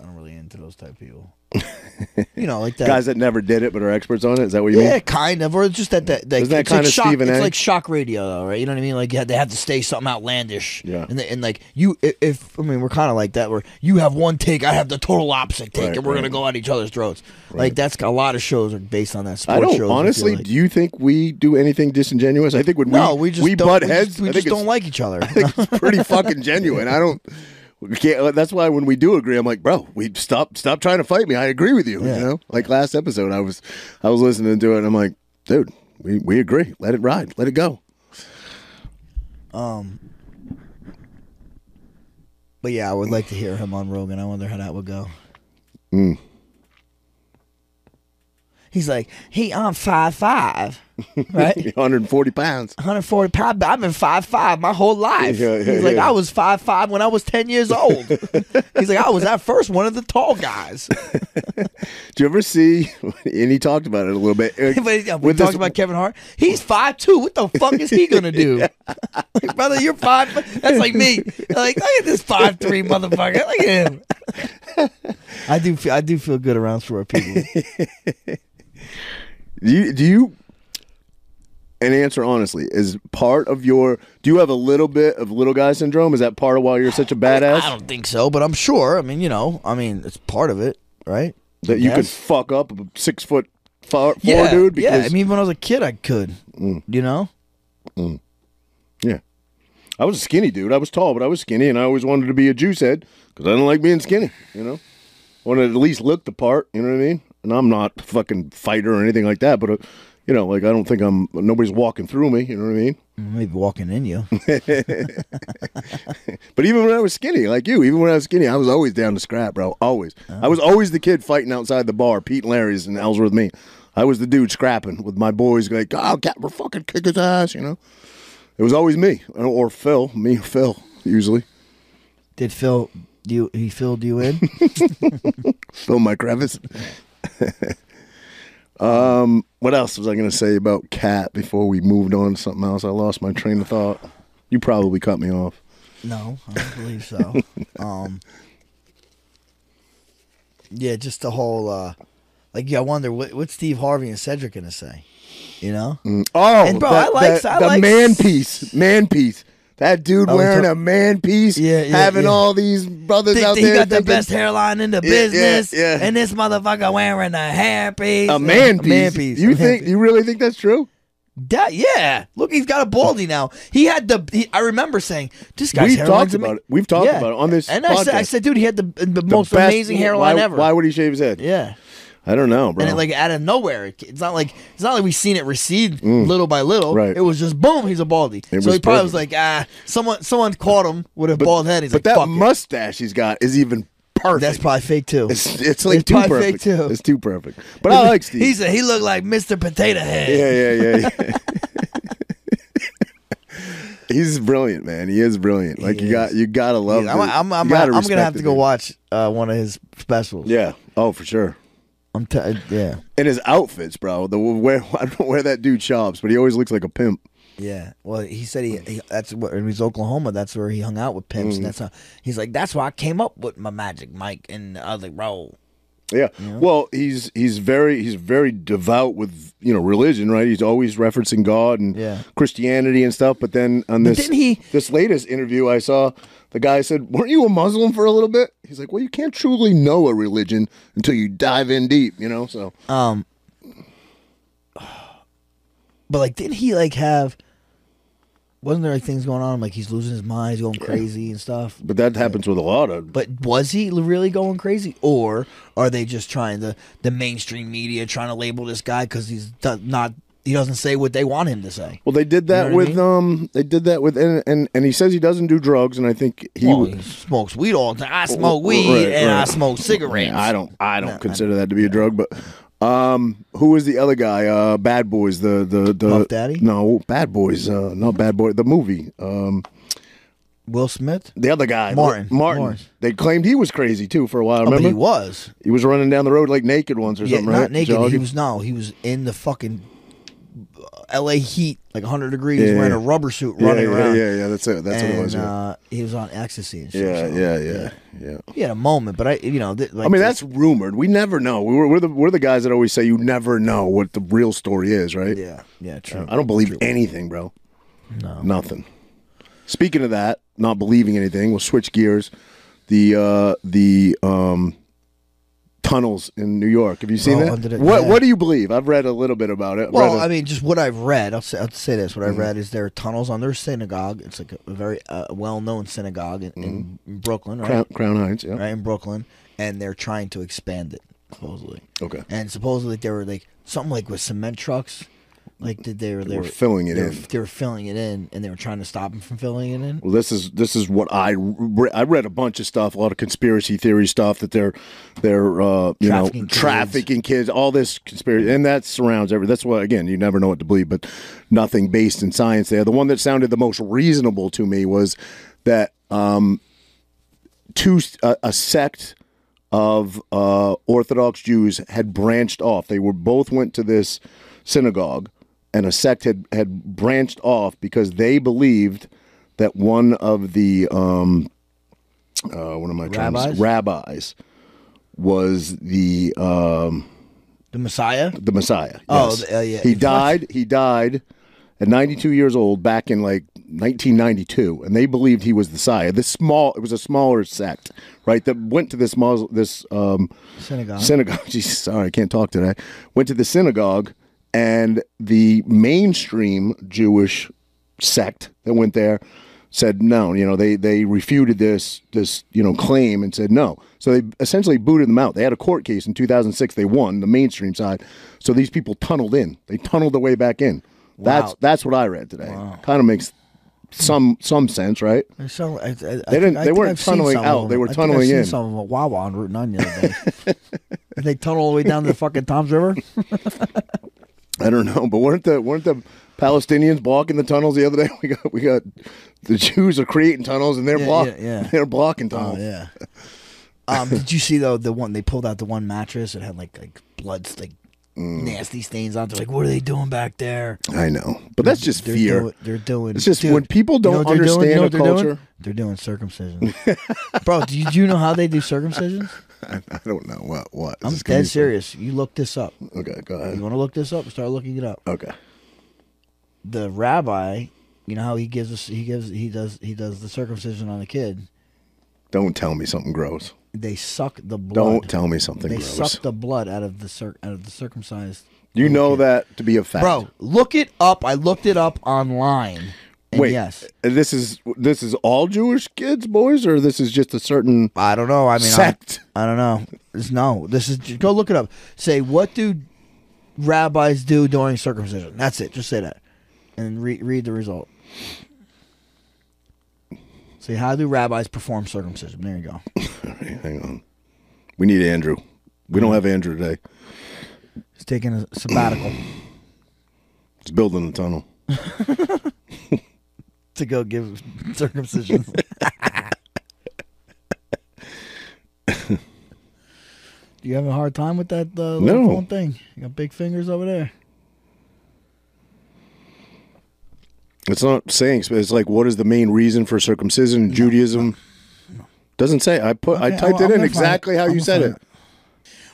Speaker 1: I'm not really into those type of people. you know, like that.
Speaker 2: Guys that never did it but are experts on it. Is that what you
Speaker 1: Yeah,
Speaker 2: mean?
Speaker 1: kind of, or just that that, that
Speaker 2: Isn't that
Speaker 1: it's like
Speaker 2: kinda
Speaker 1: shock,
Speaker 2: Stephen
Speaker 1: It's
Speaker 2: A?
Speaker 1: like shock radio, though, right? You know what I mean? Like yeah, they have to say something outlandish.
Speaker 2: Yeah.
Speaker 1: and, they, and like you, i- if I mean, we're kind of like that, where you have one take, I have the total opposite take,
Speaker 2: Right,
Speaker 1: and we're
Speaker 2: right.
Speaker 1: gonna go at each other's throats. Like that's a lot of shows are based on that. Sports
Speaker 2: I don't
Speaker 1: shows, feel
Speaker 2: honestly.
Speaker 1: like.
Speaker 2: Do you think we do anything disingenuous? I think when
Speaker 1: no,
Speaker 2: we
Speaker 1: we just don't,
Speaker 2: butt
Speaker 1: we
Speaker 2: heads,
Speaker 1: Just, we
Speaker 2: I
Speaker 1: just
Speaker 2: think it's
Speaker 1: don't like each other.
Speaker 2: it's pretty fucking genuine. I don't. we Can't, uh, that's why when we do agree, I'm like, bro, we stop stop trying to fight me. I agree with you.
Speaker 1: Yeah.
Speaker 2: You know, like last episode, I was I was listening to it, and I'm like, dude, we, we agree. Let it ride. Let it go.
Speaker 1: but yeah, I would like to hear him on Rogan. I wonder how that would go.
Speaker 2: Mm.
Speaker 1: He's like, he I'm five five, right?
Speaker 2: 140 pounds.
Speaker 1: 140 pounds. I've been five five my whole life.
Speaker 2: Yeah, yeah,
Speaker 1: He's like,
Speaker 2: yeah.
Speaker 1: I was five five when I was 10 years old. He's like, I was at first one of the tall guys.
Speaker 2: Do you ever see? And he talked about it a little bit. uh,
Speaker 1: but yeah, we
Speaker 2: With
Speaker 1: talked
Speaker 2: this-
Speaker 1: about Kevin Hart. He's five two. What the fuck is he gonna do, Like, brother? You're five. That's like me. Like look at this five three motherfucker. Look at him. I do. Feel, I do feel good around short people.
Speaker 2: Do you, do you and answer honestly is part of your do you have a little bit of little guy syndrome is that part of why you're such a badass
Speaker 1: I don't think so, but I'm sure. I mean, you know, I mean, it's part of it, right?
Speaker 2: that you could
Speaker 1: Yes.
Speaker 2: fuck up a six foot four, four
Speaker 1: yeah,
Speaker 2: dude because Mm.
Speaker 1: yeah. I mean, when I was a kid, I could. You know.
Speaker 2: yeah. I was a skinny dude I was tall but I was skinny and I always wanted to be a juice head because I don't like being skinny you know I wanted to at least look the part you know what I mean and I'm not a fucking fighter or anything like that but uh, you know like I don't think I'm nobody's walking through me you know what I mean
Speaker 1: Maybe walking in you.
Speaker 2: But even when I was skinny, like you, even when I was skinny, I was always down to scrap, bro. Always. I was always the kid fighting outside the bar, Pete and Larry's and Ellsworth me. I was the dude scrapping with my boys, like, oh, cat, we're fucking kick his ass, you know? It was always me, or, or Phil, me or Phil, usually.
Speaker 1: Did Phil do you he filled you in?
Speaker 2: Phil Mike Revis. um, what else was I going to say about Cat before we moved on to something else? I lost my train of thought. You probably cut me off.
Speaker 1: no, I don't believe so. Um Yeah, just the whole uh like yeah, I wonder what what's Steve Harvey and Cedric gonna say? You know?
Speaker 2: Oh,
Speaker 1: And, bro,
Speaker 2: that-
Speaker 1: I like-
Speaker 2: that-
Speaker 1: I
Speaker 2: the
Speaker 1: like-
Speaker 2: man piece, man piece. That dude
Speaker 1: Oh, we
Speaker 2: wearing
Speaker 1: talk-
Speaker 2: a man piece,
Speaker 1: Yeah, yeah,
Speaker 2: having
Speaker 1: yeah.
Speaker 2: all these brothers
Speaker 1: Think
Speaker 2: out
Speaker 1: that he
Speaker 2: there.
Speaker 1: got the
Speaker 2: thinking-
Speaker 1: best hairline in the
Speaker 2: Yeah, yeah,
Speaker 1: business,
Speaker 2: yeah.
Speaker 1: and this motherfucker wearing a hairpiece.
Speaker 2: A man
Speaker 1: A
Speaker 2: piece.
Speaker 1: man piece.
Speaker 2: You
Speaker 1: a man
Speaker 2: think?
Speaker 1: piece.
Speaker 2: You really think that's true?
Speaker 1: That- yeah. Look, he's got a baldy now. He had the. He, I remember saying this guy's
Speaker 2: We've
Speaker 1: hairline's
Speaker 2: talked
Speaker 1: ama-
Speaker 2: about it. We've talked about it on this
Speaker 1: And I said, I
Speaker 2: podcast.
Speaker 1: said, dude, he had the, the,
Speaker 2: The
Speaker 1: most
Speaker 2: best-
Speaker 1: amazing hairline
Speaker 2: why,
Speaker 1: ever.
Speaker 2: Why would he shave his head?
Speaker 1: yeah.
Speaker 2: I don't know, bro.
Speaker 1: and it, like out of nowhere. It- It's not like it's not like we seen it recede little by little.
Speaker 2: Mm. Right.
Speaker 1: It was just boom, he's a baldy.
Speaker 2: It
Speaker 1: so
Speaker 2: was
Speaker 1: he probably was like,
Speaker 2: perfect.
Speaker 1: ah, someone someone caught him with a bald head. He's
Speaker 2: but
Speaker 1: like,
Speaker 2: that
Speaker 1: fuck it."
Speaker 2: mustache he's got is even perfect.
Speaker 1: That's probably fake too.
Speaker 2: it's, it's like
Speaker 1: it's
Speaker 2: too
Speaker 1: probably fake,
Speaker 2: perfect.
Speaker 1: too.
Speaker 2: It's too perfect. But I like Steve.
Speaker 1: He's a, he looked like Mr. Potato Head.
Speaker 2: yeah, yeah, yeah. yeah. He's brilliant, man. He is brilliant. Like you
Speaker 1: is.
Speaker 2: got, you gotta love.
Speaker 1: I'm,
Speaker 2: the-
Speaker 1: I'm,
Speaker 2: you
Speaker 1: I'm, I'm
Speaker 2: gotta
Speaker 1: gonna
Speaker 2: respect
Speaker 1: have
Speaker 2: the
Speaker 1: to go
Speaker 2: dude.
Speaker 1: watch uh, one of his specials.
Speaker 2: Yeah. Oh, for sure.
Speaker 1: I'm t- yeah,
Speaker 2: And his outfits, bro. The where I don't know where that dude shops, but he always looks like a pimp.
Speaker 1: yeah. Well, he said he, he that's where in his Oklahoma. That's where he hung out with pimps. And that's how he's like. That's why I came up with my magic Mike and the other role.
Speaker 2: Yeah. Well, he's he's very he's very devout with you know religion, right? He's always referencing God and
Speaker 1: Yeah.
Speaker 2: Christianity and stuff. But then on
Speaker 1: But
Speaker 2: this
Speaker 1: didn't he-
Speaker 2: this latest interview I saw, the guy said, "Weren't you a Muslim for a little bit?" He's like, "Well, you can't truly know a religion until you dive in deep, you know." So
Speaker 1: Um, but like, didn't he like have wasn't there like things going on? Like he's losing his mind, he's going crazy and stuff.
Speaker 2: But that happens with a lot of.
Speaker 1: But was he really going crazy, or are they just trying to the mainstream media trying to label this guy because he's do- not he doesn't say what they want him to say?
Speaker 2: Well, they did that
Speaker 1: know what I
Speaker 2: with um, they did that with and, and and he says he doesn't do drugs, and I think he.
Speaker 1: Well,
Speaker 2: w-
Speaker 1: he smokes weed all the time. I smoke weed
Speaker 2: right,
Speaker 1: and I
Speaker 2: right.
Speaker 1: smoke cigarettes.
Speaker 2: I don't. I don't consider that to be a drug, but um, who was the other guy? Uh, Bad Boys. The the the
Speaker 1: Puff Daddy?
Speaker 2: No, Bad Boys. Uh, not Bad Boy. The movie. Um,
Speaker 1: Will Smith?
Speaker 2: the other guy,
Speaker 1: Martin.
Speaker 2: Martin.
Speaker 1: Martin.
Speaker 2: They claimed he was crazy too for a while.
Speaker 1: Oh,
Speaker 2: Remember
Speaker 1: but he was.
Speaker 2: He was running down the road like naked once or
Speaker 1: Yeah,
Speaker 2: something,
Speaker 1: not
Speaker 2: right?
Speaker 1: naked. He
Speaker 2: Jogging.
Speaker 1: was no. He was in the fucking L.A. heat, like 100 degrees,
Speaker 2: Yeah,
Speaker 1: wearing
Speaker 2: yeah.
Speaker 1: a rubber suit,
Speaker 2: yeah,
Speaker 1: running
Speaker 2: yeah,
Speaker 1: around.
Speaker 2: Yeah, yeah, that's it. That's what it
Speaker 1: and,
Speaker 2: was. Yeah,
Speaker 1: Uh, he was on ecstasy and shit.
Speaker 2: yeah,
Speaker 1: so
Speaker 2: yeah, yeah, yeah.
Speaker 1: He had a moment, but I, you know, th- like
Speaker 2: I mean,
Speaker 1: this-
Speaker 2: that's rumored. We never know. We We're, we're the we're the guys that always say you never know what the real story is, right?
Speaker 1: yeah, yeah, true.
Speaker 2: I don't believe anything, bro.
Speaker 1: No.
Speaker 2: Nothing. Speaking of that, not believing anything, we'll switch gears. The uh the um tunnels in New York. Have you seen
Speaker 1: Oh,
Speaker 2: that?
Speaker 1: under the-
Speaker 2: what
Speaker 1: yeah.
Speaker 2: what do you believe? I've read a little bit about it. Mm-hmm. I've
Speaker 1: Well,
Speaker 2: read a-
Speaker 1: I mean, just what I've read. I'll say, I'll say this: what I read is there are tunnels under a synagogue. It's like a very uh, well-known synagogue in, in
Speaker 2: Mm-hmm.
Speaker 1: Brooklyn, right?
Speaker 2: Crown, Crown Heights, yeah.
Speaker 1: Right in Brooklyn, and they're trying to expand it supposedly.
Speaker 2: Okay.
Speaker 1: And supposedly there were like something like with cement trucks, like did they were they
Speaker 2: were filling it
Speaker 1: they were-
Speaker 2: in.
Speaker 1: They were filling it in, and they were trying to stop them from filling it in.
Speaker 2: Well, this is this is what I re- I read a bunch of stuff, a lot of conspiracy theory stuff that they're they're uh, you
Speaker 1: Trafficking
Speaker 2: know
Speaker 1: kids.
Speaker 2: trafficking kids, all this conspiracy, and that surrounds every. That's why again, you never know what to believe, but nothing based in science. There, the one that sounded the most reasonable to me was that um, two uh, a, a sect of uh, Orthodox Jews had branched off. They were both went to this synagogue, and a sect had had branched off because they believed that one of the um, uh, what am I trying to
Speaker 1: Rabbis?
Speaker 2: say? rabbis was the um,
Speaker 1: The Messiah.
Speaker 2: the Messiah.
Speaker 1: Oh,
Speaker 2: yes.
Speaker 1: the- uh, yeah.
Speaker 2: He
Speaker 1: If-
Speaker 2: died. He died at 92 years old back in like 1992, and they believed he was the Messiah. This small, it was a smaller sect, right? That went to this mausoleum, this um,
Speaker 1: Synagogue.
Speaker 2: Synagogue. Jesus, sorry, I can't talk today. Went to the synagogue, and the mainstream Jewish sect that went there said no. You know, they they refuted this this you know claim and said no. So they essentially booted them out. They had a court case in 2006. They won the mainstream side. So these people tunneled in. They tunneled their way back in. That's that's what I read today. Kind of makes some some sense, right?
Speaker 1: There's some- I, I, they
Speaker 2: didn't- they weren't tunneling out, they were
Speaker 1: I
Speaker 2: tunneling
Speaker 1: think
Speaker 2: in.
Speaker 1: I've seen some of them at Wawa on Route Nine the other day. Did they tunnel all the way down to the fucking Tom's River?
Speaker 2: I don't know, but weren't the weren't the Palestinians blocking the tunnels the other day? We got we got the Jews are creating tunnels and they're
Speaker 1: Yeah,
Speaker 2: block
Speaker 1: yeah, yeah.
Speaker 2: they're blocking tunnels.
Speaker 1: Oh yeah. Um, did you see though the one they pulled out the one mattress? It had like like blood like
Speaker 2: Mm.
Speaker 1: nasty stains on. it. They're like, what are they doing back there?
Speaker 2: I know, but that's just
Speaker 1: They're
Speaker 2: fear.
Speaker 1: doing- they're doing.
Speaker 2: It's just
Speaker 1: dude,
Speaker 2: when people
Speaker 1: you know
Speaker 2: don't
Speaker 1: what they're doing?
Speaker 2: understand
Speaker 1: You know
Speaker 2: a
Speaker 1: what they're
Speaker 2: culture-
Speaker 1: Doing? They're doing circumcision, bro. Do you, do you know how they do circumcisions?
Speaker 2: I, I don't know what what.
Speaker 1: I'm
Speaker 2: This is gonna be
Speaker 1: dead serious. You look this up.
Speaker 2: fun. Okay, go
Speaker 1: You
Speaker 2: ahead.
Speaker 1: want to look this up? Start looking it up.
Speaker 2: Okay,
Speaker 1: the rabbi, you know how he gives us he gives he does he does the circumcision on the kid.
Speaker 2: don't tell me something gross.
Speaker 1: They suck the blood.
Speaker 2: Don't tell me something
Speaker 1: They
Speaker 2: gross.
Speaker 1: suck the blood out of the cir- out of the circumcised.
Speaker 2: you know that to be a fact,
Speaker 1: Bro, look it up. I looked it up online. And
Speaker 2: Wait,
Speaker 1: yes.
Speaker 2: this is this is all Jewish kids, boys, or this is just a certain
Speaker 1: I don't know. I mean, I,
Speaker 2: sect?
Speaker 1: I don't know. It's, no, this is go look it up. Say what do rabbis do during circumcision? That's it. Just say that, and re- read the result. Say how do rabbis perform circumcision? There you go.
Speaker 2: Hang on, we need Andrew. We
Speaker 1: Hmm.
Speaker 2: don't have Andrew today.
Speaker 1: He's taking a sabbatical
Speaker 2: It's building a tunnel.
Speaker 1: to go give circumcision. you having a hard time with that uh, little
Speaker 2: No.
Speaker 1: phone thing? You got big fingers over there.
Speaker 2: It's not saying. It's like, what is the main reason for circumcision? in Judaism doesn't say. I put. I
Speaker 1: Okay,
Speaker 2: typed
Speaker 1: I'm- I'm
Speaker 2: it in
Speaker 1: gonna
Speaker 2: exactly
Speaker 1: find it.
Speaker 2: how
Speaker 1: I'm
Speaker 2: you
Speaker 1: gonna
Speaker 2: said
Speaker 1: find
Speaker 2: it.
Speaker 1: it.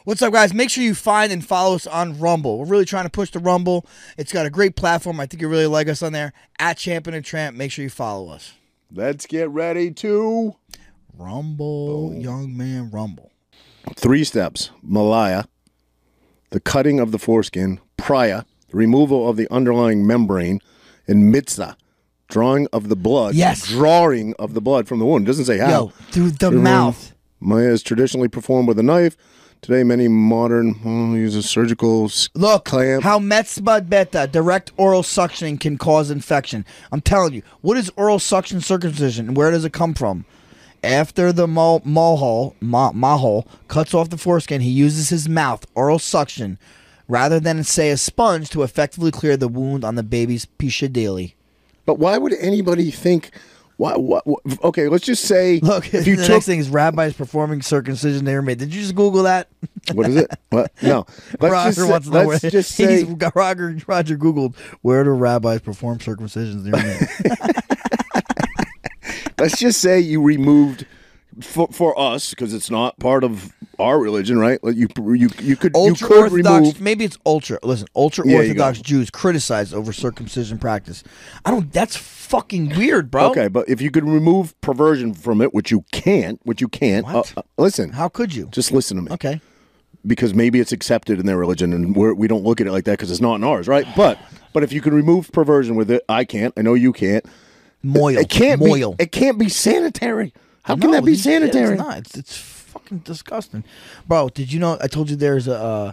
Speaker 1: What's up, guys? Make sure you find and follow us on Rumble. We're really trying to push the Rumble. It's got a great platform. I think you really like us on there. At Champion and Tramp, make sure you follow us.
Speaker 2: Let's get ready to
Speaker 1: Rumble, young man, Rumble.
Speaker 2: three steps: malaya, the cutting of the foreskin, priya, the removal of the underlying membrane, and mitzvah, Drawing of the blood.
Speaker 1: Yes.
Speaker 2: Drawing of the blood from the wound. Doesn't say how.
Speaker 1: Yo, through the
Speaker 2: Everyone-
Speaker 1: mouth.
Speaker 2: Maya is traditionally performed with a knife. Today, many modern oh, use a surgical s-
Speaker 1: Look,
Speaker 2: clamp.
Speaker 1: how Metsma Beta, direct oral suctioning can cause infection. I'm telling you, what is oral suction circumcision and where does it come from? After the mol- Mahal, ma- Mahal cuts off the foreskin, he uses his mouth, oral suction, rather than, say, a sponge to effectively clear the wound on the baby's pisha daily.
Speaker 2: but why would anybody think? Why, why, why- okay, let's just say.
Speaker 1: Look,
Speaker 2: if you
Speaker 1: the
Speaker 2: took
Speaker 1: next thing is rabbis performing circumcision they were made. Did you just Google that?
Speaker 2: what is it? What? No. Let's
Speaker 1: Roger
Speaker 2: just say,
Speaker 1: wants to know
Speaker 2: let's
Speaker 1: where-
Speaker 2: just
Speaker 1: he's-
Speaker 2: say
Speaker 1: Roger, Roger Googled, where do rabbis perform circumcisions near me?
Speaker 2: let's just say you removed for, for us because it's not part of our religion, right? Like, You you you could
Speaker 1: ultra
Speaker 2: you could
Speaker 1: orthodox
Speaker 2: remove
Speaker 1: maybe it's ultra listen ultra
Speaker 2: Yeah, you
Speaker 1: orthodox
Speaker 2: go.
Speaker 1: jews criticized over circumcision practice i don't that's fucking weird bro
Speaker 2: Okay, but if you could remove perversion from it, which you can't, which you can't. uh,
Speaker 1: What?
Speaker 2: uh, listen,
Speaker 1: how could you
Speaker 2: just listen to me.
Speaker 1: okay
Speaker 2: because maybe it's accepted in their religion and we're, we don't look at it like that because it's not in ours, right? But but if you can remove perversion with it, I can't. I know you can't.
Speaker 1: moil
Speaker 2: It can't
Speaker 1: moil
Speaker 2: be. It can't be sanitary. How can
Speaker 1: No,
Speaker 2: that be
Speaker 1: it's- yeah,
Speaker 2: sanitary?
Speaker 1: it's not it's, it's fucking disgusting bro did you know i told you there's a uh,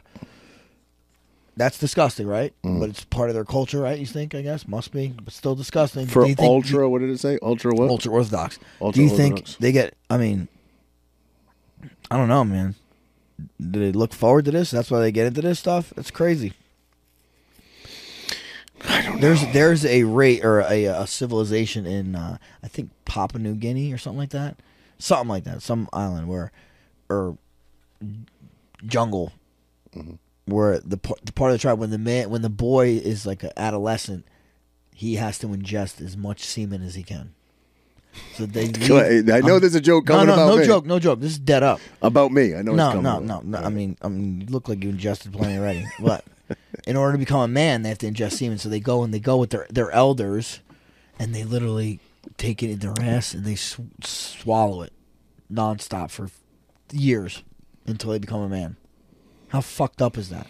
Speaker 1: that's disgusting right
Speaker 2: Mm.
Speaker 1: but it's part of their culture right you think i guess must be but still disgusting
Speaker 2: For
Speaker 1: Do you think-
Speaker 2: ultra, what did it say? Ultra what?
Speaker 1: ultra orthodox. Do
Speaker 2: Ultra
Speaker 1: you
Speaker 2: Orthodox.
Speaker 1: think they get? I mean, I don't know, man. Do they look forward to this? That's why they get into this stuff. It's crazy. There's there's a rate or a, a civilization in uh, I think Papua New Guinea or something like that, something like that, some island where or jungle
Speaker 2: Mm-hmm.
Speaker 1: where the par- the part of the tribe when the man when the boy is like an adolescent, he has to ingest as much semen as he can. So they. leave-
Speaker 2: I know there's a joke
Speaker 1: No,
Speaker 2: coming
Speaker 1: no,
Speaker 2: about
Speaker 1: no
Speaker 2: me.
Speaker 1: joke, no joke. This is dead up.
Speaker 2: About me, I know it's
Speaker 1: No,
Speaker 2: coming.
Speaker 1: no, no, no. I mean, I mean, you look like you ingested plenty already. but in order to become a man, they have to ingest semen. So they go and they go with their their elders, and they literally take it in their ass and they sw- swallow it nonstop for years until they become a man. How fucked up is that?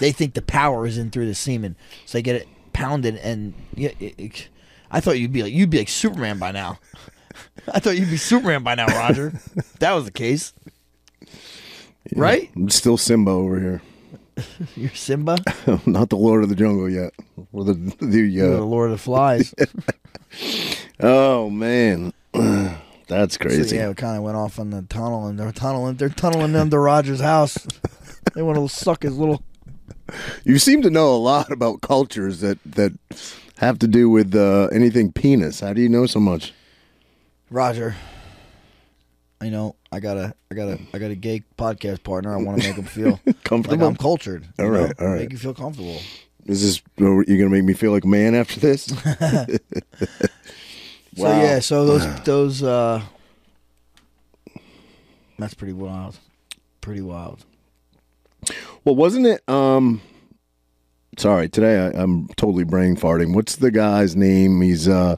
Speaker 1: they think the power is in through the semen, so they get it pounded. And yeah, it, it, I thought you'd be like you'd be like Superman by now. I thought you'd be Superman by now, Roger. If that was the case, right?
Speaker 2: I'm still Simba over here.
Speaker 1: You're Simba,
Speaker 2: not the Lord of the Jungle yet, or the the.
Speaker 1: You're the
Speaker 2: Uh,
Speaker 1: Lord of the Flies.
Speaker 2: oh man, that's crazy.
Speaker 1: So, yeah, we kind of went off on the tunnel, and they're tunneling. They're tunneling into Roger's house. They want to suck his little.
Speaker 2: You seem to know a lot about cultures that that have to do with uh, anything penis. How do you know so much?
Speaker 1: Roger, I know I got a, I got a, I got a gay podcast partner. I want to make him feel like
Speaker 2: Comfortable?
Speaker 1: I'm cultured. you
Speaker 2: All right,
Speaker 1: know?
Speaker 2: all right.
Speaker 1: Make you feel comfortable.
Speaker 2: Is this are you gonna make me feel like a man after this?
Speaker 1: So yeah, so those those uh that's pretty wild. Pretty wild.
Speaker 2: Well, wasn't it? Um, sorry, today I, I'm totally brain farting. What's the guy's name? He's uh,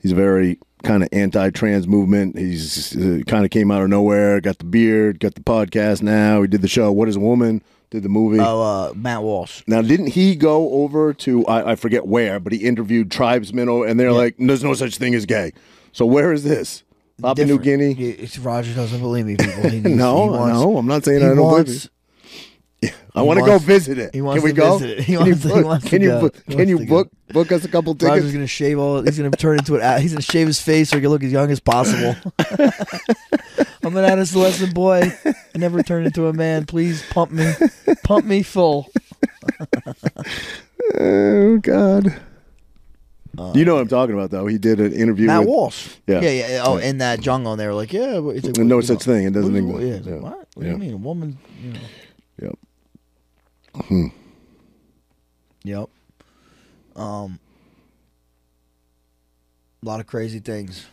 Speaker 2: he's very kind of anti-trans movement. He's uh, kind of came out of nowhere. Got the beard. Got the podcast now. He did the show. What is a woman? Did the movie?
Speaker 1: Oh, uh Matt Walsh.
Speaker 2: Now, didn't he go over to I, I forget where, but he interviewed tribesmen, o- and they're like, "There's no such thing as gay." So where is this? Papua New
Speaker 1: Different.
Speaker 2: Guinea?
Speaker 1: Yeah, It's, Roger doesn't believe me, people. He,
Speaker 2: No,
Speaker 1: he wants,
Speaker 2: no, I'm not saying
Speaker 1: He
Speaker 2: I don't believe
Speaker 1: wants,
Speaker 2: you. I want to go
Speaker 1: wants-
Speaker 2: visit it.
Speaker 1: he wants
Speaker 2: can we
Speaker 1: to
Speaker 2: go?
Speaker 1: visit it. He
Speaker 2: can you
Speaker 1: wants to- he
Speaker 2: book-
Speaker 1: wants to
Speaker 2: can you
Speaker 1: go.
Speaker 2: book-
Speaker 1: He
Speaker 2: can
Speaker 1: wants
Speaker 2: you
Speaker 1: to go.
Speaker 2: book book us a couple tickets?
Speaker 1: Roger's gonna shave all. He's gonna turn into an. a- He's gonna shave his face so he can look as young as possible. I'm an adolescent boy. I never turned into a man. Please pump me, pump me full.
Speaker 2: oh God! you know what I'm talking about, though. He did an interview.
Speaker 1: Uh, Matt
Speaker 2: with,
Speaker 1: Walsh.
Speaker 2: Yeah.
Speaker 1: yeah, yeah. Oh, in that jungle, and they were like, "Yeah, but it's like,
Speaker 2: No
Speaker 1: what-
Speaker 2: such thing. It doesn't
Speaker 1: what-
Speaker 2: exist.
Speaker 1: Yeah, it's like,
Speaker 2: Yeah.
Speaker 1: what? What do
Speaker 2: Yeah.
Speaker 1: you mean, a woman? You know.
Speaker 2: Yep.
Speaker 1: Yep. Um, a lot of crazy things.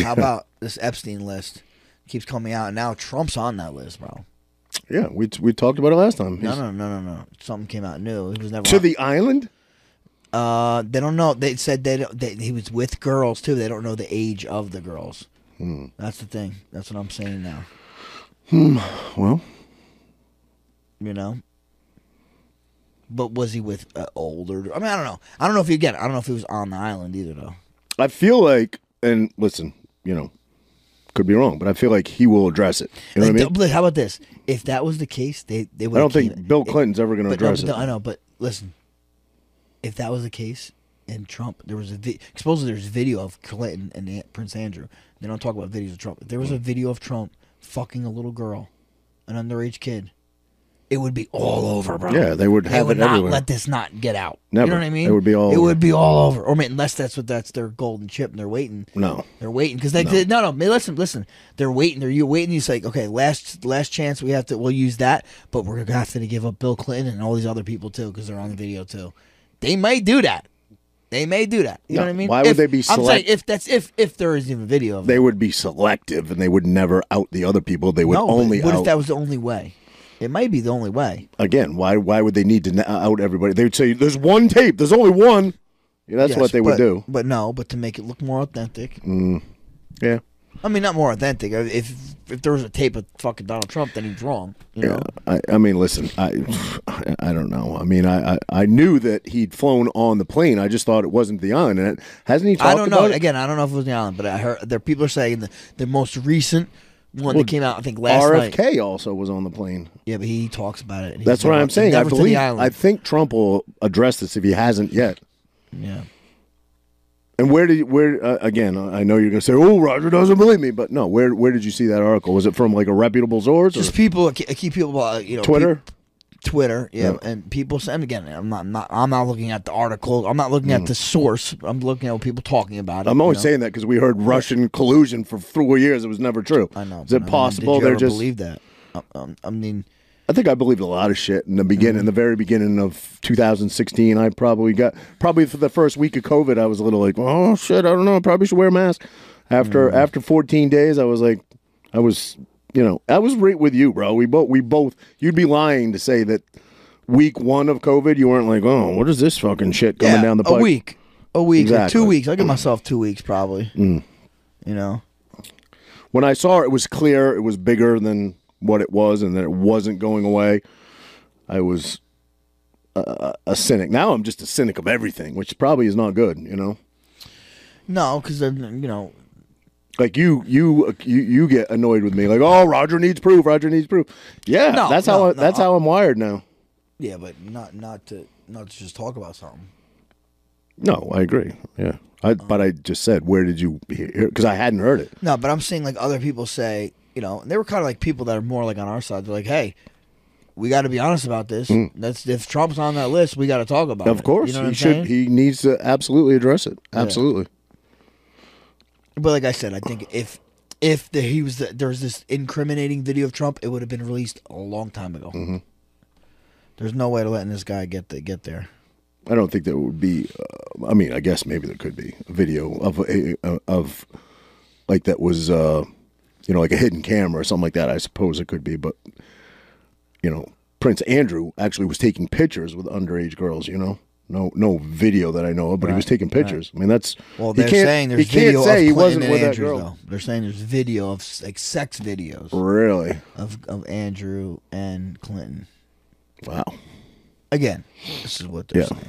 Speaker 1: How about this Epstein list? Keeps coming out, and now Trump's on that list, bro.
Speaker 2: Yeah, we we talked about it last time.
Speaker 1: No, no, no, no, no. Something came out new. He was never
Speaker 2: To
Speaker 1: on-
Speaker 2: the island.
Speaker 1: Uh, they don't know. They said they don't. They, he was with girls too. They don't know the age of the girls.
Speaker 2: Hmm.
Speaker 1: That's the thing. That's what I'm saying now.
Speaker 2: Well,
Speaker 1: You know. But was he with uh, older? I mean, I don't know. I don't know if he again. I don't know if he was on the island either, though.
Speaker 2: I feel like, and listen, you know, could be wrong, but I feel like he will address it. You
Speaker 1: Like,
Speaker 2: know what I mean?
Speaker 1: th- look, how about this? If that was the case, they they would.
Speaker 2: I don't think Bill Clinton's ever going to
Speaker 1: But, no,
Speaker 2: address
Speaker 1: but
Speaker 2: it.
Speaker 1: no, I know, but listen. If that was the case, and Trump, there was a vi- supposedly there's video of Clinton and An- Prince Andrew. They don't talk about videos of Trump. If there was
Speaker 2: Hmm.
Speaker 1: a video of Trump fucking a little girl, an underage kid, it would be all over, bro.
Speaker 2: Yeah, they would
Speaker 1: They
Speaker 2: have
Speaker 1: would
Speaker 2: it
Speaker 1: not
Speaker 2: everywhere.
Speaker 1: let this not get out.
Speaker 2: Never.
Speaker 1: You know what I mean?
Speaker 2: It would be all
Speaker 1: It
Speaker 2: over.
Speaker 1: would be all over. Or I mean, unless that's what that's their golden chip, and they're waiting.
Speaker 2: No.
Speaker 1: They're waiting because they no. no no man, listen listen they're waiting they're you waiting you say okay last last chance we have to we'll use that but we're gonna have to give up Bill Clinton and all these other people too because they're on the video too they may do that they may do that you
Speaker 2: No,
Speaker 1: know what I mean
Speaker 2: why would
Speaker 1: If-
Speaker 2: they be
Speaker 1: I'm saying
Speaker 2: select-
Speaker 1: if that's if if there is even video of it
Speaker 2: They would be selective, and they would never out the other people. They would
Speaker 1: no but
Speaker 2: only
Speaker 1: what
Speaker 2: out
Speaker 1: if that was the only way it might be the only way
Speaker 2: again. Why? Why would they need to n- out everybody? They would say, "There's one tape. There's only one." Yeah, that's
Speaker 1: Yes,
Speaker 2: what they would
Speaker 1: but-
Speaker 2: do. Mm.
Speaker 1: but no but to make it look more authentic
Speaker 2: Yeah.
Speaker 1: I mean not more authentic if if there was a tape of fucking Donald Trump then he's wrong you know.
Speaker 2: Yeah, I, I mean, listen, I, I don't know. I mean, I, I, I knew that he'd flown on the plane. I just thought it wasn't the island. And it- hasn't he talked
Speaker 1: I don't know.
Speaker 2: about it?
Speaker 1: Again, I don't know if it was the island, but I heard there people are saying the, the most recent one that came out. I think last
Speaker 2: RFK
Speaker 1: night.
Speaker 2: also was on the plane.
Speaker 1: Yeah, but he talks about it. and he's
Speaker 2: That's what
Speaker 1: never-
Speaker 2: I'm saying. I
Speaker 1: Never to
Speaker 2: believe.
Speaker 1: the island.
Speaker 2: I think Trump will address this if he hasn't yet.
Speaker 1: yeah.
Speaker 2: And where did where uh, again? I know you're going to say, "Oh, Roger doesn't believe me," but no. Where where did you see that article? Was it from like a reputable source? or-
Speaker 1: Just people. I keep people. uh, You know,
Speaker 2: Twitter?
Speaker 1: peop- Twitter. Yeah,
Speaker 2: Yeah.
Speaker 1: and people. say- And again, I'm not, not. I'm not looking at the article. I'm not looking at the source. I'm looking at people talking about it.
Speaker 2: Mm. I'm
Speaker 1: you
Speaker 2: only
Speaker 1: know?
Speaker 2: saying that because we heard Russian collusion for four years. It was never true.
Speaker 1: I know.
Speaker 2: Is
Speaker 1: but I
Speaker 2: it
Speaker 1: mean,
Speaker 2: possible
Speaker 1: Did you
Speaker 2: they're
Speaker 1: ever
Speaker 2: just?
Speaker 1: believe that? I, um, I mean,
Speaker 2: I think I believed a lot of shit in the beginning, in the very beginning of 2016. I probably got probably for the first week of COVID, I was a little like, "Oh shit, I don't know. I probably should wear a mask." After after 14 days, I was like, I was, you know, I was right with you, bro. We both we both. You'd be lying to say that week one of COVID, you weren't like, "Oh, what is this fucking shit coming
Speaker 1: yeah, Oh,
Speaker 2: down the
Speaker 1: a
Speaker 2: pipe?"
Speaker 1: week, a week, or
Speaker 2: Exactly. Mm.
Speaker 1: two weeks. I give myself two weeks probably. You know.
Speaker 2: when I saw it, it was clear it was bigger than what it was and that it wasn't going away. I was a, a cynic. Now I'm just a cynic of everything, which probably is not good, you know.
Speaker 1: No, because then you know
Speaker 2: Like you, you, you, you get annoyed with me. Like, oh, Roger needs proof. Roger needs proof. Yeah,
Speaker 1: No,
Speaker 2: that's
Speaker 1: no,
Speaker 2: how I,
Speaker 1: no,
Speaker 2: that's how I'm wired now.
Speaker 1: Yeah, but not not to not to just talk about something.
Speaker 2: No, I agree. Yeah, I, but I just said, where did you hear? Because I hadn't heard it.
Speaker 1: No, but I'm seeing like other people say, you know, and they were kind of like people that are more like on our side. They're like, hey, we got to be honest about this. That's if Trump's on that list, we got to talk about it.
Speaker 2: Mm. Of course,
Speaker 1: you know what
Speaker 2: he
Speaker 1: I'm
Speaker 2: should.
Speaker 1: saying?
Speaker 2: He needs to absolutely address it. Absolutely.
Speaker 1: But like I said, I think if if the, he was the, there was this incriminating video of Trump, it would have been released a long time ago.
Speaker 2: Mm-hmm.
Speaker 1: There's no way to letting this guy get the, get there.
Speaker 2: I don't think there would be. Uh, I mean, I guess maybe there could be a video of a, a- of like that was, uh, you know, like a hidden camera or something like that. I suppose it could be, but you know, Prince Andrew actually was taking pictures with underage girls. You know, no no video that I know of, but he was taking pictures. I mean, that's
Speaker 1: Well,
Speaker 2: he
Speaker 1: they're
Speaker 2: can't-
Speaker 1: saying
Speaker 2: he
Speaker 1: there's
Speaker 2: can't
Speaker 1: video
Speaker 2: say
Speaker 1: of
Speaker 2: he
Speaker 1: Clinton
Speaker 2: wasn't
Speaker 1: and
Speaker 2: with
Speaker 1: Andrews,
Speaker 2: that girl.
Speaker 1: though. They're saying there's video of s- like sex videos
Speaker 2: Really?
Speaker 1: of of Andrew and Clinton.
Speaker 2: Wow.
Speaker 1: again, this is what they're
Speaker 2: Yeah.
Speaker 1: saying.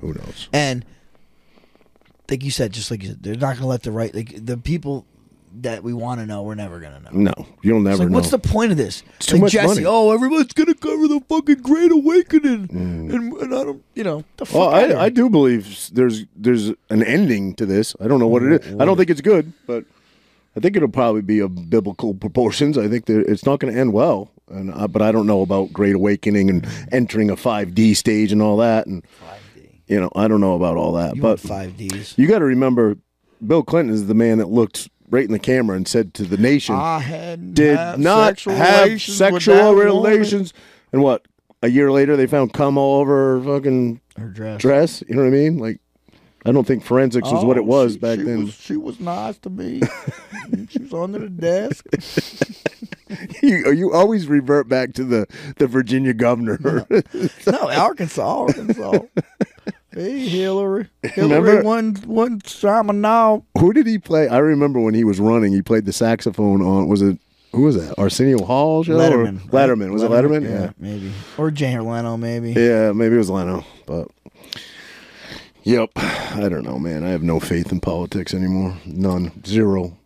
Speaker 2: Who knows?
Speaker 1: And like you said, just like you said, they're not gonna let the right like the people that we want to know, we're never gonna know.
Speaker 2: No, you'll never
Speaker 1: It's like,
Speaker 2: know.
Speaker 1: what's the point of this?
Speaker 2: It's too
Speaker 1: like
Speaker 2: much
Speaker 1: Jesse,
Speaker 2: money.
Speaker 1: oh, everyone's gonna cover the fucking Great Awakening, and, and I don't, you know, the fuck.
Speaker 2: Mm. Well,
Speaker 1: outta here.
Speaker 2: I, I do believe there's there's an ending to this. I don't know what it is. I don't think it's good, but I think it'll probably be of biblical proportions. I think that it's not going to end well, and I, but I don't know about Great Awakening and entering a 5D stage and all that, and
Speaker 1: 5D.
Speaker 2: you know I don't know about all that.
Speaker 1: You
Speaker 2: but
Speaker 1: want five Ds?
Speaker 2: you got to remember, Bill Clinton is the man that looked right in the camera and said to the nation,
Speaker 1: I had
Speaker 2: "Did not have
Speaker 1: with
Speaker 2: sexual
Speaker 1: that woman.
Speaker 2: relations." And what? A year later, they found cum all over her fucking
Speaker 1: Her dress.
Speaker 2: dress. You know what I mean? Like, I don't think forensics was what it
Speaker 1: Oh,
Speaker 2: was
Speaker 1: she-
Speaker 2: back
Speaker 1: she
Speaker 2: then.
Speaker 1: was- she was nice to me. she was under the desk.
Speaker 2: you, you always revert back to the the Virginia governor.
Speaker 1: No, Arkansas, Arkansas. hey, Hillary. Hillary
Speaker 2: Remember-
Speaker 1: one one time and now.
Speaker 2: Who did he play? I remember when he was running, he played the saxophone on. Was it Who was that? Arsenio Hall show? or-
Speaker 1: Letterman. right?
Speaker 2: Letterman. Was it Letterman? Yeah.
Speaker 1: maybe. Or Jay or Leno, maybe.
Speaker 2: Yeah, maybe it was Leno, but yep. I don't know, man. I have no faith in politics anymore. None. Zero.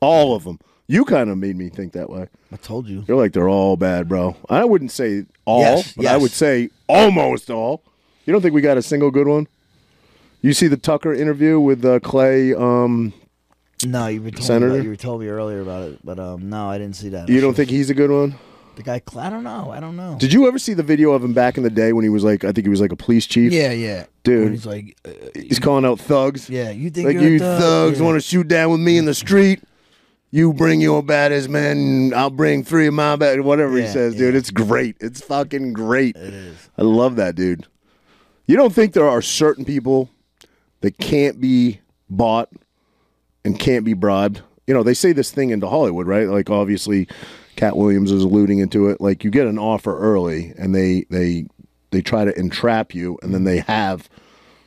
Speaker 2: All of them. You kind of made me think that way.
Speaker 1: I told you.
Speaker 2: You're like they're all bad, bro. I wouldn't say all,
Speaker 1: Yes,
Speaker 2: but I
Speaker 1: yes.
Speaker 2: would say almost all. You don't think we got a single good one? You see the Tucker interview with uh, Clay. Um,
Speaker 1: No, you were told Me
Speaker 2: Senator?
Speaker 1: about, you were told me earlier about it, but um, no, I didn't see that.
Speaker 2: you don't think he's a good one?
Speaker 1: the guy? Cla- I don't know. I don't know.
Speaker 2: Did you ever see the video of him back in the day when he was like, I think he was like a police chief?
Speaker 1: yeah, yeah,
Speaker 2: Dude.
Speaker 1: When he's like, uh,
Speaker 2: He's calling out thugs.
Speaker 1: yeah, you think
Speaker 2: Like
Speaker 1: you're
Speaker 2: you
Speaker 1: a thug?
Speaker 2: thugs
Speaker 1: Yeah.
Speaker 2: want to shoot down with me in the street. You bring your baddest man, and I'll bring three of my bad. Whatever he
Speaker 1: Yeah,
Speaker 2: says, dude,
Speaker 1: yeah.
Speaker 2: it's great. It's fucking great. It is. I love that, dude. You don't think there are certain people that can't be bought and can't be bribed? You know, they say this thing into Hollywood, right? Like obviously, Cat Williams is alluding into it. Like you get an offer early, and they they they try to entrap you, and then they have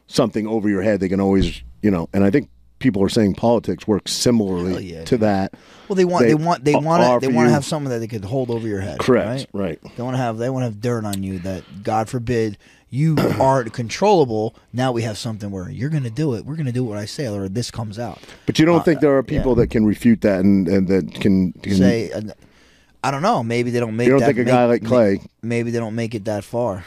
Speaker 2: something over your head, they can always, you know. And I think people are saying politics works similarly
Speaker 1: yeah,
Speaker 2: to that.
Speaker 1: Well, they want, they,
Speaker 2: They
Speaker 1: want, they
Speaker 2: o-
Speaker 1: want, to,
Speaker 2: offer
Speaker 1: they want
Speaker 2: you-
Speaker 1: to have something that they could hold over your head. Right?
Speaker 2: Right.
Speaker 1: They want to have, they want to have dirt on you that, God forbid, you aren't controllable. Now we have something where you're going to do it. We're going to do what I say, or this comes out.
Speaker 2: But
Speaker 1: Uh,
Speaker 2: you don't think there are people that can refute that and, and that can, can
Speaker 1: Say, uh, I don't know. Maybe they don't make.
Speaker 2: You don't
Speaker 1: that,
Speaker 2: think a
Speaker 1: make-
Speaker 2: guy like
Speaker 1: ma-
Speaker 2: Clay?
Speaker 1: Maybe they don't make it that far.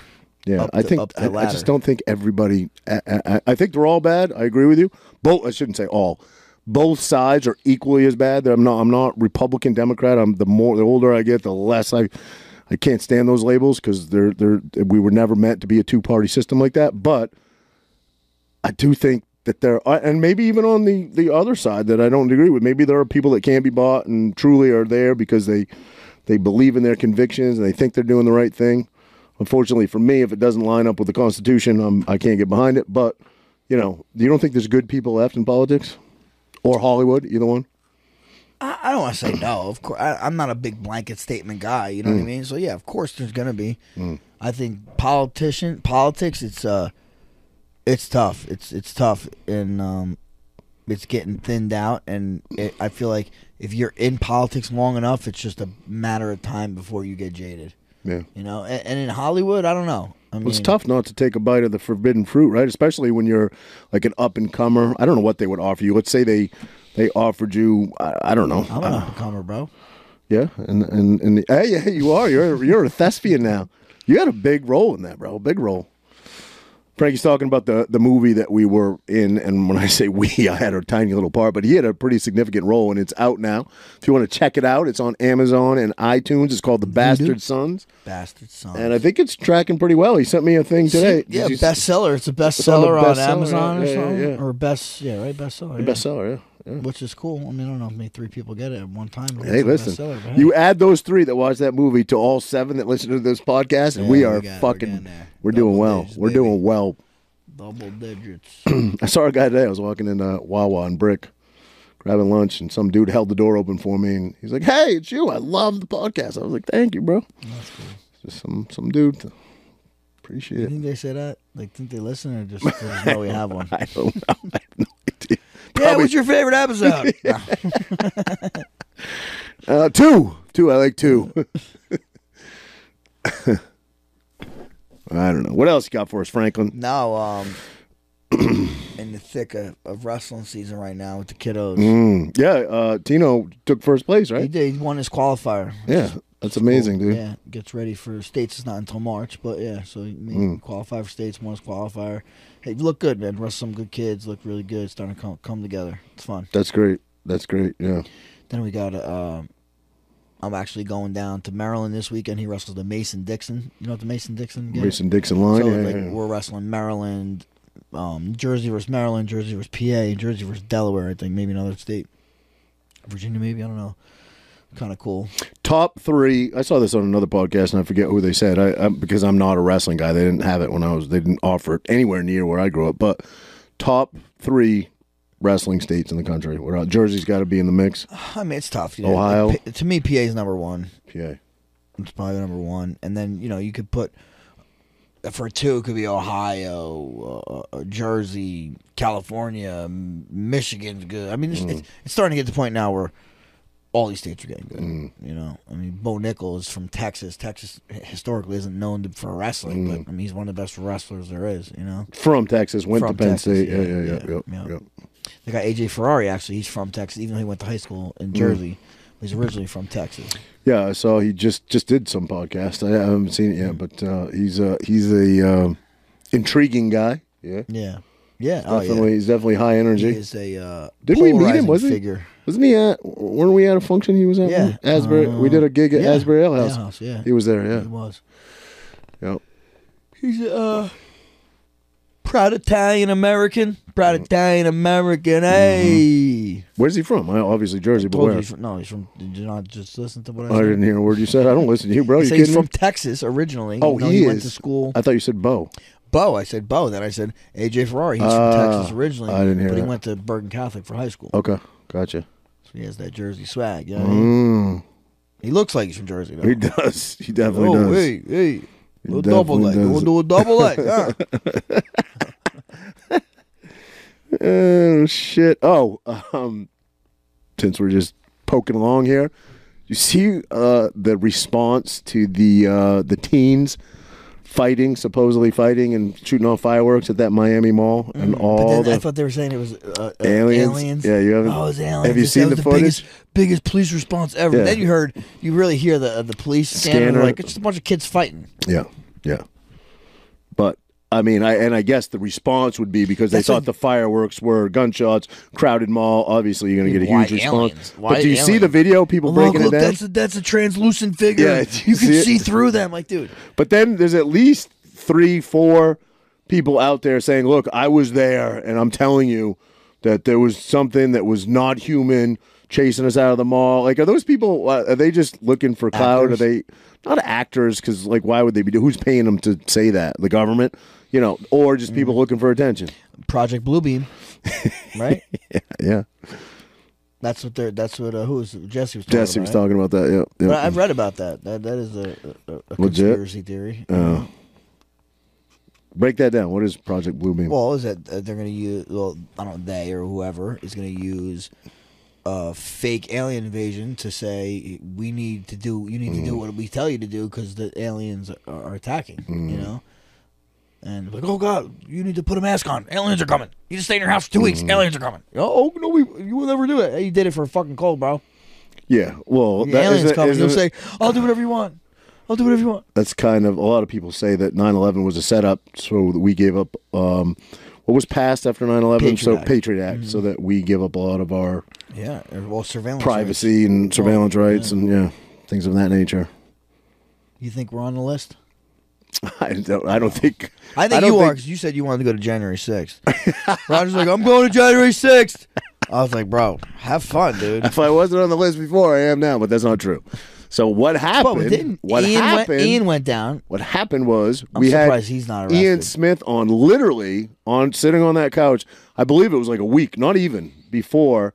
Speaker 2: Yeah,
Speaker 1: up
Speaker 2: I
Speaker 1: the-
Speaker 2: think
Speaker 1: up the
Speaker 2: I, I
Speaker 1: ladder.
Speaker 2: just don't think everybody. I, I, I think they're all bad. I agree with you. Both I shouldn't say all. Both sides are equally as bad. I'm not. I'm not Republican Democrat. I'm the more the older I get, the less I. I can't stand those labels because they're they're we were never meant to be a two party system like that. But I do think that there are, and maybe even on the the other side that I don't agree with. Maybe there are people that can be bought and truly are there because they they believe in their convictions and they think they're doing the right thing. Unfortunately for me, if it doesn't line up with the Constitution, I'm, I can't get behind it. But you know, you don't think there's good people left in politics or Hollywood, either one.
Speaker 1: I, I don't want to say no. Of course, I, I'm not a big blanket statement guy. You know
Speaker 2: Mm.
Speaker 1: what I mean? So yeah, of course there's gonna be. I think politician politics. It's uh, it's tough. It's it's tough, and um, it's getting thinned out. And it, I feel like if you're in politics long enough, it's just a matter of time before you get jaded.
Speaker 2: Yeah.
Speaker 1: You know, and, and in Hollywood, I don't know. I mean,
Speaker 2: Well, it's tough not to take a bite of the forbidden fruit, right? Especially when you're like an up and comer. I don't know what they would offer you. Let's say they they offered you, I, I don't know,
Speaker 1: I'm an up and comer, bro.
Speaker 2: Yeah, and and and hey, yeah, you are. You're you're a thespian now. You had a big role in that, bro. Big role. Frankie's talking about the the movie that we were in, and when I say we, I had a tiny little part, but he had a pretty significant role, and it's out now. If you want to check it out, it's on Amazon and iTunes. It's called The Bastard Sons,
Speaker 1: Bastard son.
Speaker 2: and I think it's tracking pretty well. He sent me a thing today.
Speaker 1: Yeah,
Speaker 2: Did you-
Speaker 1: bestseller. It's a
Speaker 2: on the
Speaker 1: bestseller on,
Speaker 2: bestseller,
Speaker 1: Amazon
Speaker 2: yeah,
Speaker 1: or
Speaker 2: yeah,
Speaker 1: something,
Speaker 2: yeah.
Speaker 1: or best. Yeah, right. Bestseller. yeah.
Speaker 2: bestseller. Yeah. yeah.
Speaker 1: Which is cool. I mean, I don't know if maybe three people get it at one time. but
Speaker 2: Hey,
Speaker 1: it's a
Speaker 2: listen.
Speaker 1: bestseller, but hey.
Speaker 2: You add those three that watch that movie to all seven that listen to this podcast, and
Speaker 1: Yeah,
Speaker 2: we
Speaker 1: we
Speaker 2: are
Speaker 1: got it. We're
Speaker 2: fucking.
Speaker 1: getting there.
Speaker 2: We're, doing
Speaker 1: Double
Speaker 2: well.
Speaker 1: digits,
Speaker 2: We're
Speaker 1: baby.
Speaker 2: doing well.
Speaker 1: double digits.
Speaker 2: I saw a guy today. I was walking in uh, Wawa and Brick, grabbing lunch, and some dude held the door open for me, and he's like, "Hey, it's you! I love the podcast." I was like, "Thank you, bro." Just some some dude. Appreciate
Speaker 1: you
Speaker 2: it.
Speaker 1: think they say that? Like, think they listen or just, they just know we have one?
Speaker 2: I don't know. I have no idea.
Speaker 1: yeah,
Speaker 2: Probably
Speaker 1: what's your favorite episode? No.
Speaker 2: uh, two, two. I like two. I don't know. What else you got for us, Franklin?
Speaker 1: Now, um, in the thick of, of wrestling season right now with the kiddos,
Speaker 2: Mm, yeah, uh, Tino took first place,
Speaker 1: he
Speaker 2: right?
Speaker 1: did. He won his qualifier.
Speaker 2: Yeah, that's amazing, dude.
Speaker 1: Yeah, gets ready for states. It's not until March, but yeah, so he made
Speaker 2: Mm.
Speaker 1: qualify for states. Won his qualifier. Hey, you look good, man. Rest some good kids. Look really good. It's starting to come, come together. It's fun.
Speaker 2: That's great. That's great. Yeah.
Speaker 1: Then we got. Uh, I'm actually going down to Maryland this weekend. He wrestles the Mason Dixon. You know what the Mason Dixon? game is?
Speaker 2: Mason Dixon line.
Speaker 1: So
Speaker 2: yeah,
Speaker 1: like
Speaker 2: yeah.
Speaker 1: we're wrestling Maryland, um, Jersey versus Maryland, Jersey versus PA, Jersey versus Delaware. I think maybe another state, Virginia maybe. I don't know. Kind of cool.
Speaker 2: top three. I saw this on another podcast, and I forget who they said. I, I because I'm not a wrestling guy. They didn't have it when I was. They didn't offer it anywhere near where I grew up. But top three wrestling states in the country. What else? Jersey's got to be in the mix.
Speaker 1: I mean, it's tough. You know,
Speaker 2: Ohio.
Speaker 1: Like, P- to me, PA is number one.
Speaker 2: PA.
Speaker 1: It's probably number one. And then you know you could put for two it could be Ohio, uh, Jersey,
Speaker 2: Mm.
Speaker 1: California, M- Michigan's good. I mean, it's, it's, it's starting to get to the point now where all these states are getting good.
Speaker 2: Mm.
Speaker 1: You know, I mean, Bo Nickel is from Texas. Texas h- historically isn't known to- for wrestling,
Speaker 2: Mm.
Speaker 1: but I mean, he's one of the best wrestlers there is. You know,
Speaker 2: From Texas, went
Speaker 1: From
Speaker 2: to Penn
Speaker 1: Texas,
Speaker 2: State. Yeah, yeah, yeah, yeah,
Speaker 1: yeah.
Speaker 2: yeah.
Speaker 1: they got AJ Ferrari. Actually, he's from Texas, even though he went to high school in
Speaker 2: Mm.
Speaker 1: Jersey. He's originally from Texas.
Speaker 2: Yeah, I saw he just just did some podcast. I haven't seen it yet,
Speaker 1: Mm-hmm.
Speaker 2: but uh, he's a he's a um intriguing guy. Yeah,
Speaker 1: Yeah, yeah,
Speaker 2: definitely.
Speaker 1: oh yeah.
Speaker 2: He's definitely high energy.
Speaker 1: He is a uh,
Speaker 2: Didn't we meet him?
Speaker 1: polarizing
Speaker 2: Wasn't
Speaker 1: figure.
Speaker 2: he? Wasn't he at? Weren't we at a function he was at?
Speaker 1: Yeah. Um,
Speaker 2: Asbury.
Speaker 1: Uh,
Speaker 2: we did a gig at
Speaker 1: yeah,
Speaker 2: Asbury Ale House.
Speaker 1: Ale House, yeah.
Speaker 2: He was there. Yeah.
Speaker 1: He was.
Speaker 2: Yep.
Speaker 1: He's uh proud Italian American,
Speaker 2: Mm.
Speaker 1: proud Italian American.
Speaker 2: Mm-hmm.
Speaker 1: Hey,
Speaker 2: Where's he from? I obviously Jersey, but
Speaker 1: Told you
Speaker 2: where?
Speaker 1: he's from- no, he's from. Did you not just listen to what I
Speaker 2: I
Speaker 1: said?
Speaker 2: didn't hear a word Oh, you said. I don't listen to you, bro.
Speaker 1: I
Speaker 2: you
Speaker 1: said
Speaker 2: kidding
Speaker 1: he's
Speaker 2: me?
Speaker 1: from Texas originally.
Speaker 2: oh,
Speaker 1: even though
Speaker 2: he,
Speaker 1: he
Speaker 2: is.
Speaker 1: went to school.
Speaker 2: I thought you said Bo.
Speaker 1: Bo, I said Bo. Then I said AJ Ferrari. He's from
Speaker 2: Ah,
Speaker 1: Texas originally.
Speaker 2: I didn't hear
Speaker 1: But he
Speaker 2: that. Oh.
Speaker 1: went to Bergen Catholic for high school.
Speaker 2: Okay, gotcha.
Speaker 1: So he has that Jersey swag. You know what I mean?
Speaker 2: Mm,
Speaker 1: He looks like he's from Jersey. Though.
Speaker 2: he does. He definitely
Speaker 1: Hmm. oh,
Speaker 2: does.
Speaker 1: hey, hey. We'll
Speaker 2: definitely
Speaker 1: double leg.
Speaker 2: does.
Speaker 1: We'll do a double leg. Yeah.
Speaker 2: Oh shit! Oh, um, since we're just poking along here, you see uh, the response to the uh, the teens fighting, supposedly fighting and shooting off fireworks at that Miami Mall, and
Speaker 1: Mm. But
Speaker 2: all
Speaker 1: then I
Speaker 2: the
Speaker 1: thought they were saying it was uh, uh,
Speaker 2: Aliens?
Speaker 1: aliens.
Speaker 2: Yeah, you haven't-
Speaker 1: Oh, it was aliens.
Speaker 2: have you
Speaker 1: That
Speaker 2: seen
Speaker 1: was
Speaker 2: the footage?
Speaker 1: Biggest, biggest police response ever.
Speaker 2: Yeah.
Speaker 1: Then you heard, you really hear the uh, the police standing
Speaker 2: Scanner.
Speaker 1: there like it's just a bunch of kids fighting.
Speaker 2: yeah, yeah. But I mean, I and I guess the response would be because they
Speaker 1: That's
Speaker 2: thought
Speaker 1: a-
Speaker 2: the fireworks were gunshots, crowded mall. Obviously, you're going to get a
Speaker 1: Why
Speaker 2: huge response.
Speaker 1: aliens? Why
Speaker 2: But do you see the
Speaker 1: aliens?
Speaker 2: video? People
Speaker 1: Well,
Speaker 2: breaking
Speaker 1: look,
Speaker 2: it down.
Speaker 1: that's a, that's a translucent figure.
Speaker 2: Yeah, do you
Speaker 1: you can
Speaker 2: see it?
Speaker 1: see through them. Like, dude,
Speaker 2: But then there's at least three, four people out there saying, "Look, I was there, and I'm telling you that there was something that was not human chasing us out of the mall." Like, are those people? uh, Are they just looking for clout? Are
Speaker 1: Actors?
Speaker 2: they not actors? Because like, why would they be? Who's paying them to say that? The government, you know, or just
Speaker 1: Mm-hmm.
Speaker 2: people looking for attention?
Speaker 1: Project Bluebeam, right?
Speaker 2: Yeah,
Speaker 1: That's what they're. That's what uh, who was Jesse was talking
Speaker 2: Jesse
Speaker 1: about.
Speaker 2: was
Speaker 1: right?
Speaker 2: talking about that. Yeah,
Speaker 1: But
Speaker 2: yeah.
Speaker 1: I've read about that. That that is a, a, a
Speaker 2: Legit? Uh-huh.
Speaker 1: conspiracy theory.
Speaker 2: Break that down. What is Project Bluebeam?
Speaker 1: Well, is that uh, they're going to use? Well, I don't. know, They or whoever is going to use a fake alien invasion to say we need to do. You need to do what we tell you to do because the aliens are, are attacking. You know. And like, oh God, you need to put a mask on. Aliens are coming. You just stay in your house for two weeks. Aliens are coming. Oh, oh, no, we you will never do it. Hey, you did it for a fucking cold, bro.
Speaker 2: yeah. Well,
Speaker 1: The
Speaker 2: that-
Speaker 1: aliens
Speaker 2: isn't-
Speaker 1: coming. You'll
Speaker 2: isn't-
Speaker 1: say, I'll do whatever you want. I'll do whatever you want.
Speaker 2: that's kind of a lot of people say that 9-11 was a setup so that we gave up um, what was passed after 9-11
Speaker 1: Patriot Act.
Speaker 2: so
Speaker 1: Mm-hmm.
Speaker 2: patriot act so that we give up a lot of our
Speaker 1: Yeah. Well, surveillance. rights.
Speaker 2: privacy and surveillance rights and yeah things of that nature
Speaker 1: You think we're on the list?
Speaker 2: i don't i don't think
Speaker 1: I think
Speaker 2: don't
Speaker 1: you are because you said you wanted to go to January 6th. Roger's like, I'm going to January 6th. I was like, bro, have fun, dude.
Speaker 2: if i wasn't on the list before i am now but that's not true so what
Speaker 1: But
Speaker 2: happened
Speaker 1: we didn't.
Speaker 2: what
Speaker 1: Ian,
Speaker 2: happened
Speaker 1: Went, Ian went down.
Speaker 2: What happened was
Speaker 1: I'm
Speaker 2: we had
Speaker 1: surprised he's not
Speaker 2: Ian
Speaker 1: arrested.
Speaker 2: Smith on literally on sitting on that couch. I believe it was like a week, not even before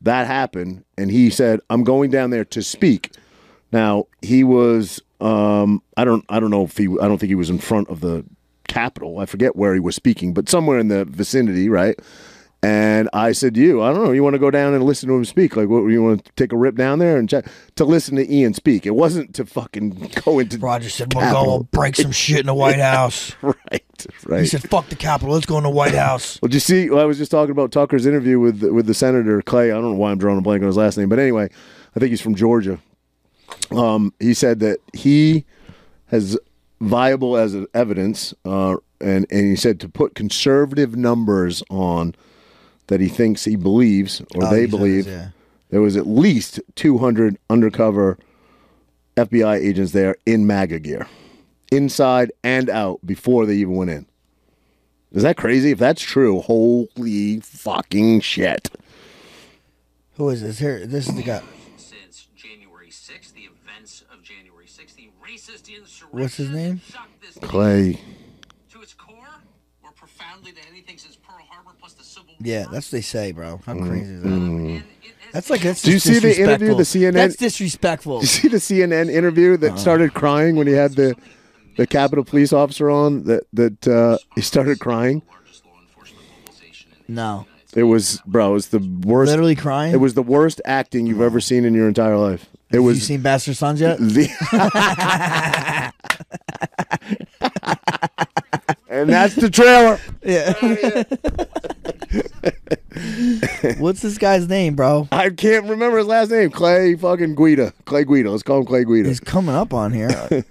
Speaker 2: that happened, and he said, "I'm going down there to speak." Now he was, um, I don't, I don't know if he, I don't think he was in front of the Capitol. I forget where he was speaking, but somewhere in the vicinity, right? And I said to you, I don't know, you want to go down and listen to him speak? Like, what, you want to take a rip down there and check to listen to Ian speak? It wasn't to fucking go into
Speaker 1: Roger said, we'll
Speaker 2: Capitol.
Speaker 1: go we'll break some shit in the White House.
Speaker 2: Right, right.
Speaker 1: He said, fuck the Capitol. Let's go in the White House.
Speaker 2: well, did you see? Well, I was just talking about Tucker's interview with with the senator Clay. I don't know why I'm drawing a blank on his last name, but anyway, I think he's from Georgia. Um, he said that he has viable as evidence, uh, and and he said to put conservative numbers on that he thinks he believes or
Speaker 1: Oh, he
Speaker 2: they
Speaker 1: said
Speaker 2: believe
Speaker 1: this, yeah.
Speaker 2: there was at least 200 undercover FBI agents there in MAGA gear, inside and out, before they even went in. Is that crazy? If that's true, holy fucking shit.
Speaker 1: Who is this? Here, this is the guy.
Speaker 5: since January 6th, the events of January 6th, the racist insurrection.
Speaker 1: What's his name?
Speaker 5: that shocked this
Speaker 2: Clay.
Speaker 5: nation To its core, more profoundly than anything since Pearl Harbor plus the Civil War.
Speaker 1: Yeah, that's what they say, bro. How crazy is that?
Speaker 5: And it has
Speaker 1: That's like that's.
Speaker 2: Do you
Speaker 1: just
Speaker 2: see the
Speaker 1: disrespectful.
Speaker 2: interview, the CNN?
Speaker 1: That's disrespectful.
Speaker 2: You see the CNN interview
Speaker 1: Uh-huh.
Speaker 2: that started crying when he had the the Capitol police officer on that that uh, he started crying.
Speaker 5: the largest law enforcement mobilization in
Speaker 1: No,
Speaker 2: It was, bro. It was the worst.
Speaker 1: Literally crying.
Speaker 2: It was the worst acting you've ever seen in your entire life. It
Speaker 1: Have
Speaker 2: was
Speaker 1: you seen Bastard Sons yet?
Speaker 2: the. and that's the trailer.
Speaker 1: Yeah. What's this guy's name, bro?
Speaker 2: I can't remember his last name. Clay fucking Guida. Clay Guida. Let's call him Clay Guida.
Speaker 1: He's coming up on here.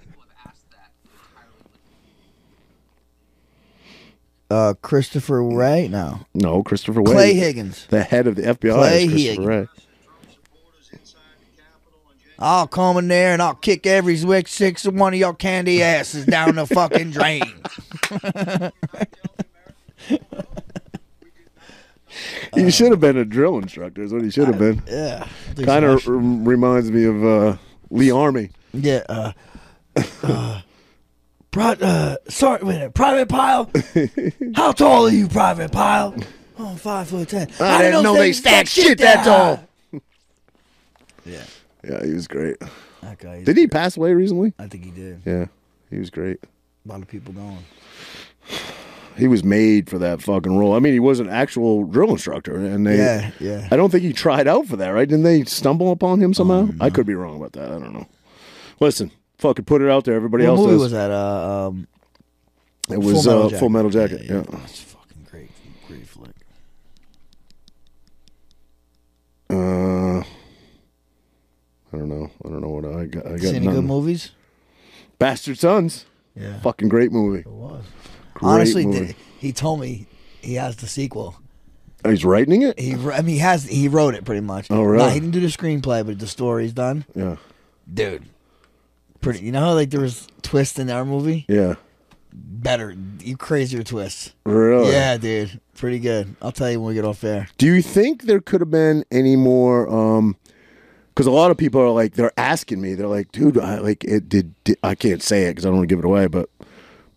Speaker 1: Uh, Christopher Ray? No.
Speaker 2: no, Christopher Wade.
Speaker 1: Clay Higgins.
Speaker 2: The head of the FBI.
Speaker 1: Clay
Speaker 2: is Christopher
Speaker 1: Higgins.
Speaker 2: Wray.
Speaker 1: I'll come in there and I'll kick every six, six of one of your candy asses down the fucking drain.
Speaker 2: He should have been a drill instructor. Is what he should have been.
Speaker 1: Yeah.
Speaker 2: Kind
Speaker 1: uh,
Speaker 2: of reminds me of uh, Lee Army.
Speaker 1: Yeah. Uh, uh, Pri- uh, sorry, wait a minute. Private Pile? How tall are you, Private Pile? Oh, I'm five foot ten.
Speaker 2: I didn't know they stacked shit that tall.
Speaker 1: Yeah.
Speaker 2: Yeah, he was great.
Speaker 1: That guy.
Speaker 2: Did he pass away recently?
Speaker 1: I think he did.
Speaker 2: Yeah, he was great.
Speaker 1: A lot of people going.
Speaker 2: He was made for that fucking role. I mean, he was an actual drill instructor, and they.
Speaker 1: Yeah, yeah.
Speaker 2: I don't think he tried out for that, right? Didn't they stumble upon him somehow? I could be wrong about that. I don't know. Listen, fucking put it out there. Everybody
Speaker 1: What
Speaker 2: else
Speaker 1: movie
Speaker 2: does.
Speaker 1: was that? Uh, um,
Speaker 2: It was
Speaker 1: Full Metal
Speaker 2: uh,
Speaker 1: Jacket.
Speaker 2: Full Metal Jacket. Yeah,
Speaker 1: it's fucking great, great flick.
Speaker 2: Uh, I don't know. I don't know what I got. I got
Speaker 1: See any good
Speaker 2: nothing.
Speaker 1: movies?
Speaker 2: Bastard Sons.
Speaker 1: Yeah,
Speaker 2: Fucking great movie.
Speaker 1: it was.
Speaker 2: Great
Speaker 1: Honestly,
Speaker 2: movie.
Speaker 1: did, he told me he has the sequel.
Speaker 2: Oh, he's writing it.
Speaker 1: He, wr- I mean, he has. He wrote it pretty much.
Speaker 2: Oh, really?
Speaker 1: Nah, he didn't do the screenplay, but the story's done.
Speaker 2: Yeah,
Speaker 1: Dude, pretty. You know how like there was twists in our movie?
Speaker 2: yeah.
Speaker 1: Better, you crazier twists.
Speaker 2: Really?
Speaker 1: Yeah, dude, pretty good. I'll tell you when we get off air.
Speaker 2: Do you think there could have been any more? Um, because a lot of people are like, they're asking me. They're like, dude, I like it. Did, did I can't say it because I don't want to give it away, but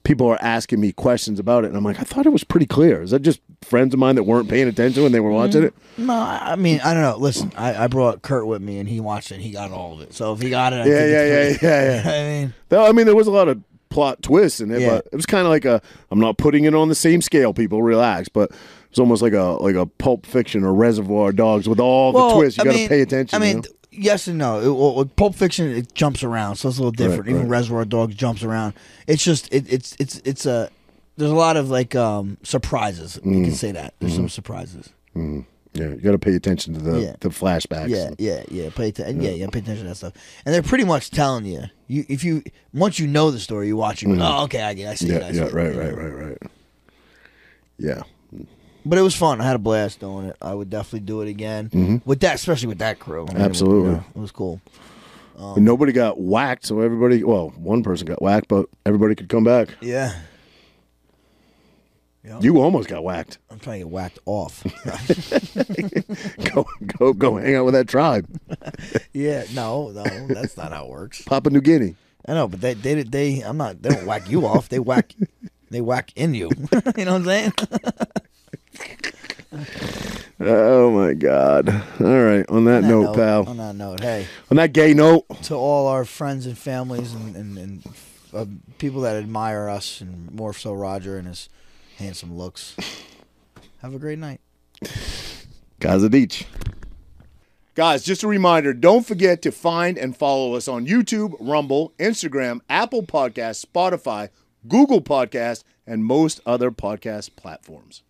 Speaker 2: people are asking me questions about it, and I'm like, I thought it was pretty clear. Is that just friends of mine that weren't paying attention when they were
Speaker 1: Mm.
Speaker 2: watching it?
Speaker 1: No, I I mean, I don't know. Listen, I, I brought Kurt with me, and he watched it. and He got all of it. So if he got it, I
Speaker 2: Yeah,
Speaker 1: think
Speaker 2: yeah,
Speaker 1: it's
Speaker 2: yeah,
Speaker 1: pretty-
Speaker 2: yeah, yeah.
Speaker 1: I mean,
Speaker 2: No, I mean there was a lot of plot twists in it,
Speaker 1: Yeah.
Speaker 2: but it was kind of like a. I'm not putting it on the same scale. People relax, but it's almost like a like a Pulp Fiction or Reservoir Dogs with all the twists. You
Speaker 1: I
Speaker 2: got to
Speaker 1: mean-
Speaker 2: pay attention.
Speaker 1: I mean,
Speaker 2: you know?
Speaker 1: th- yes and no. It, well, with Pulp Fiction, it jumps around, so it's a little different. Even
Speaker 2: right.
Speaker 1: Reservoir Dogs jumps around. It's just it, it's it's it's a there's a lot of like um surprises. You
Speaker 2: Mm.
Speaker 1: can say that
Speaker 2: Mm-hmm.
Speaker 1: there's some surprises.
Speaker 2: yeah, you got to pay attention to the
Speaker 1: Yeah.
Speaker 2: the flashbacks.
Speaker 1: Yeah, yeah, yeah. Pay attention. Yeah, yeah. Pay attention to that stuff. And they're pretty much telling you. You if you once you know the story, you watch it. you go, Oh, okay, I get. It, I see it.
Speaker 2: Mm-hmm. yeah,
Speaker 1: I see
Speaker 2: yeah,
Speaker 1: it,"
Speaker 2: right,
Speaker 1: you know?
Speaker 2: right, right, right. Yeah,
Speaker 1: But it was fun. I had a blast doing it. I would definitely do it again with that, especially with that crew. I mean, it was-
Speaker 2: Mm-hmm. Absolutely.
Speaker 1: you know, it was cool. Um,
Speaker 2: And nobody got whacked, so everybody. Well, one person got whacked, but everybody could come back.
Speaker 1: Yeah,
Speaker 2: You almost got whacked.
Speaker 1: I'm trying to get whacked off.
Speaker 2: Go, go, go! Hang out with that tribe,
Speaker 1: Yeah, no, no, that's not how it works.
Speaker 2: Papua New Guinea.
Speaker 1: I know, but they, they, they, I'm not. They don't whack you off. They whack, they whack in you. you know what I'm saying?
Speaker 2: Oh my God! All right, on that, note, pal.
Speaker 1: On that note, hey,
Speaker 2: On that gay note,
Speaker 1: to all our friends and families and and, and uh, people that admire us, and more so Roger and his handsome looks. Have a great night.
Speaker 2: Kazadich. Guys, just a reminder don't forget to find and follow us on YouTube, Rumble, Instagram, Apple Podcasts, Spotify, Google Podcasts, and most other podcast platforms.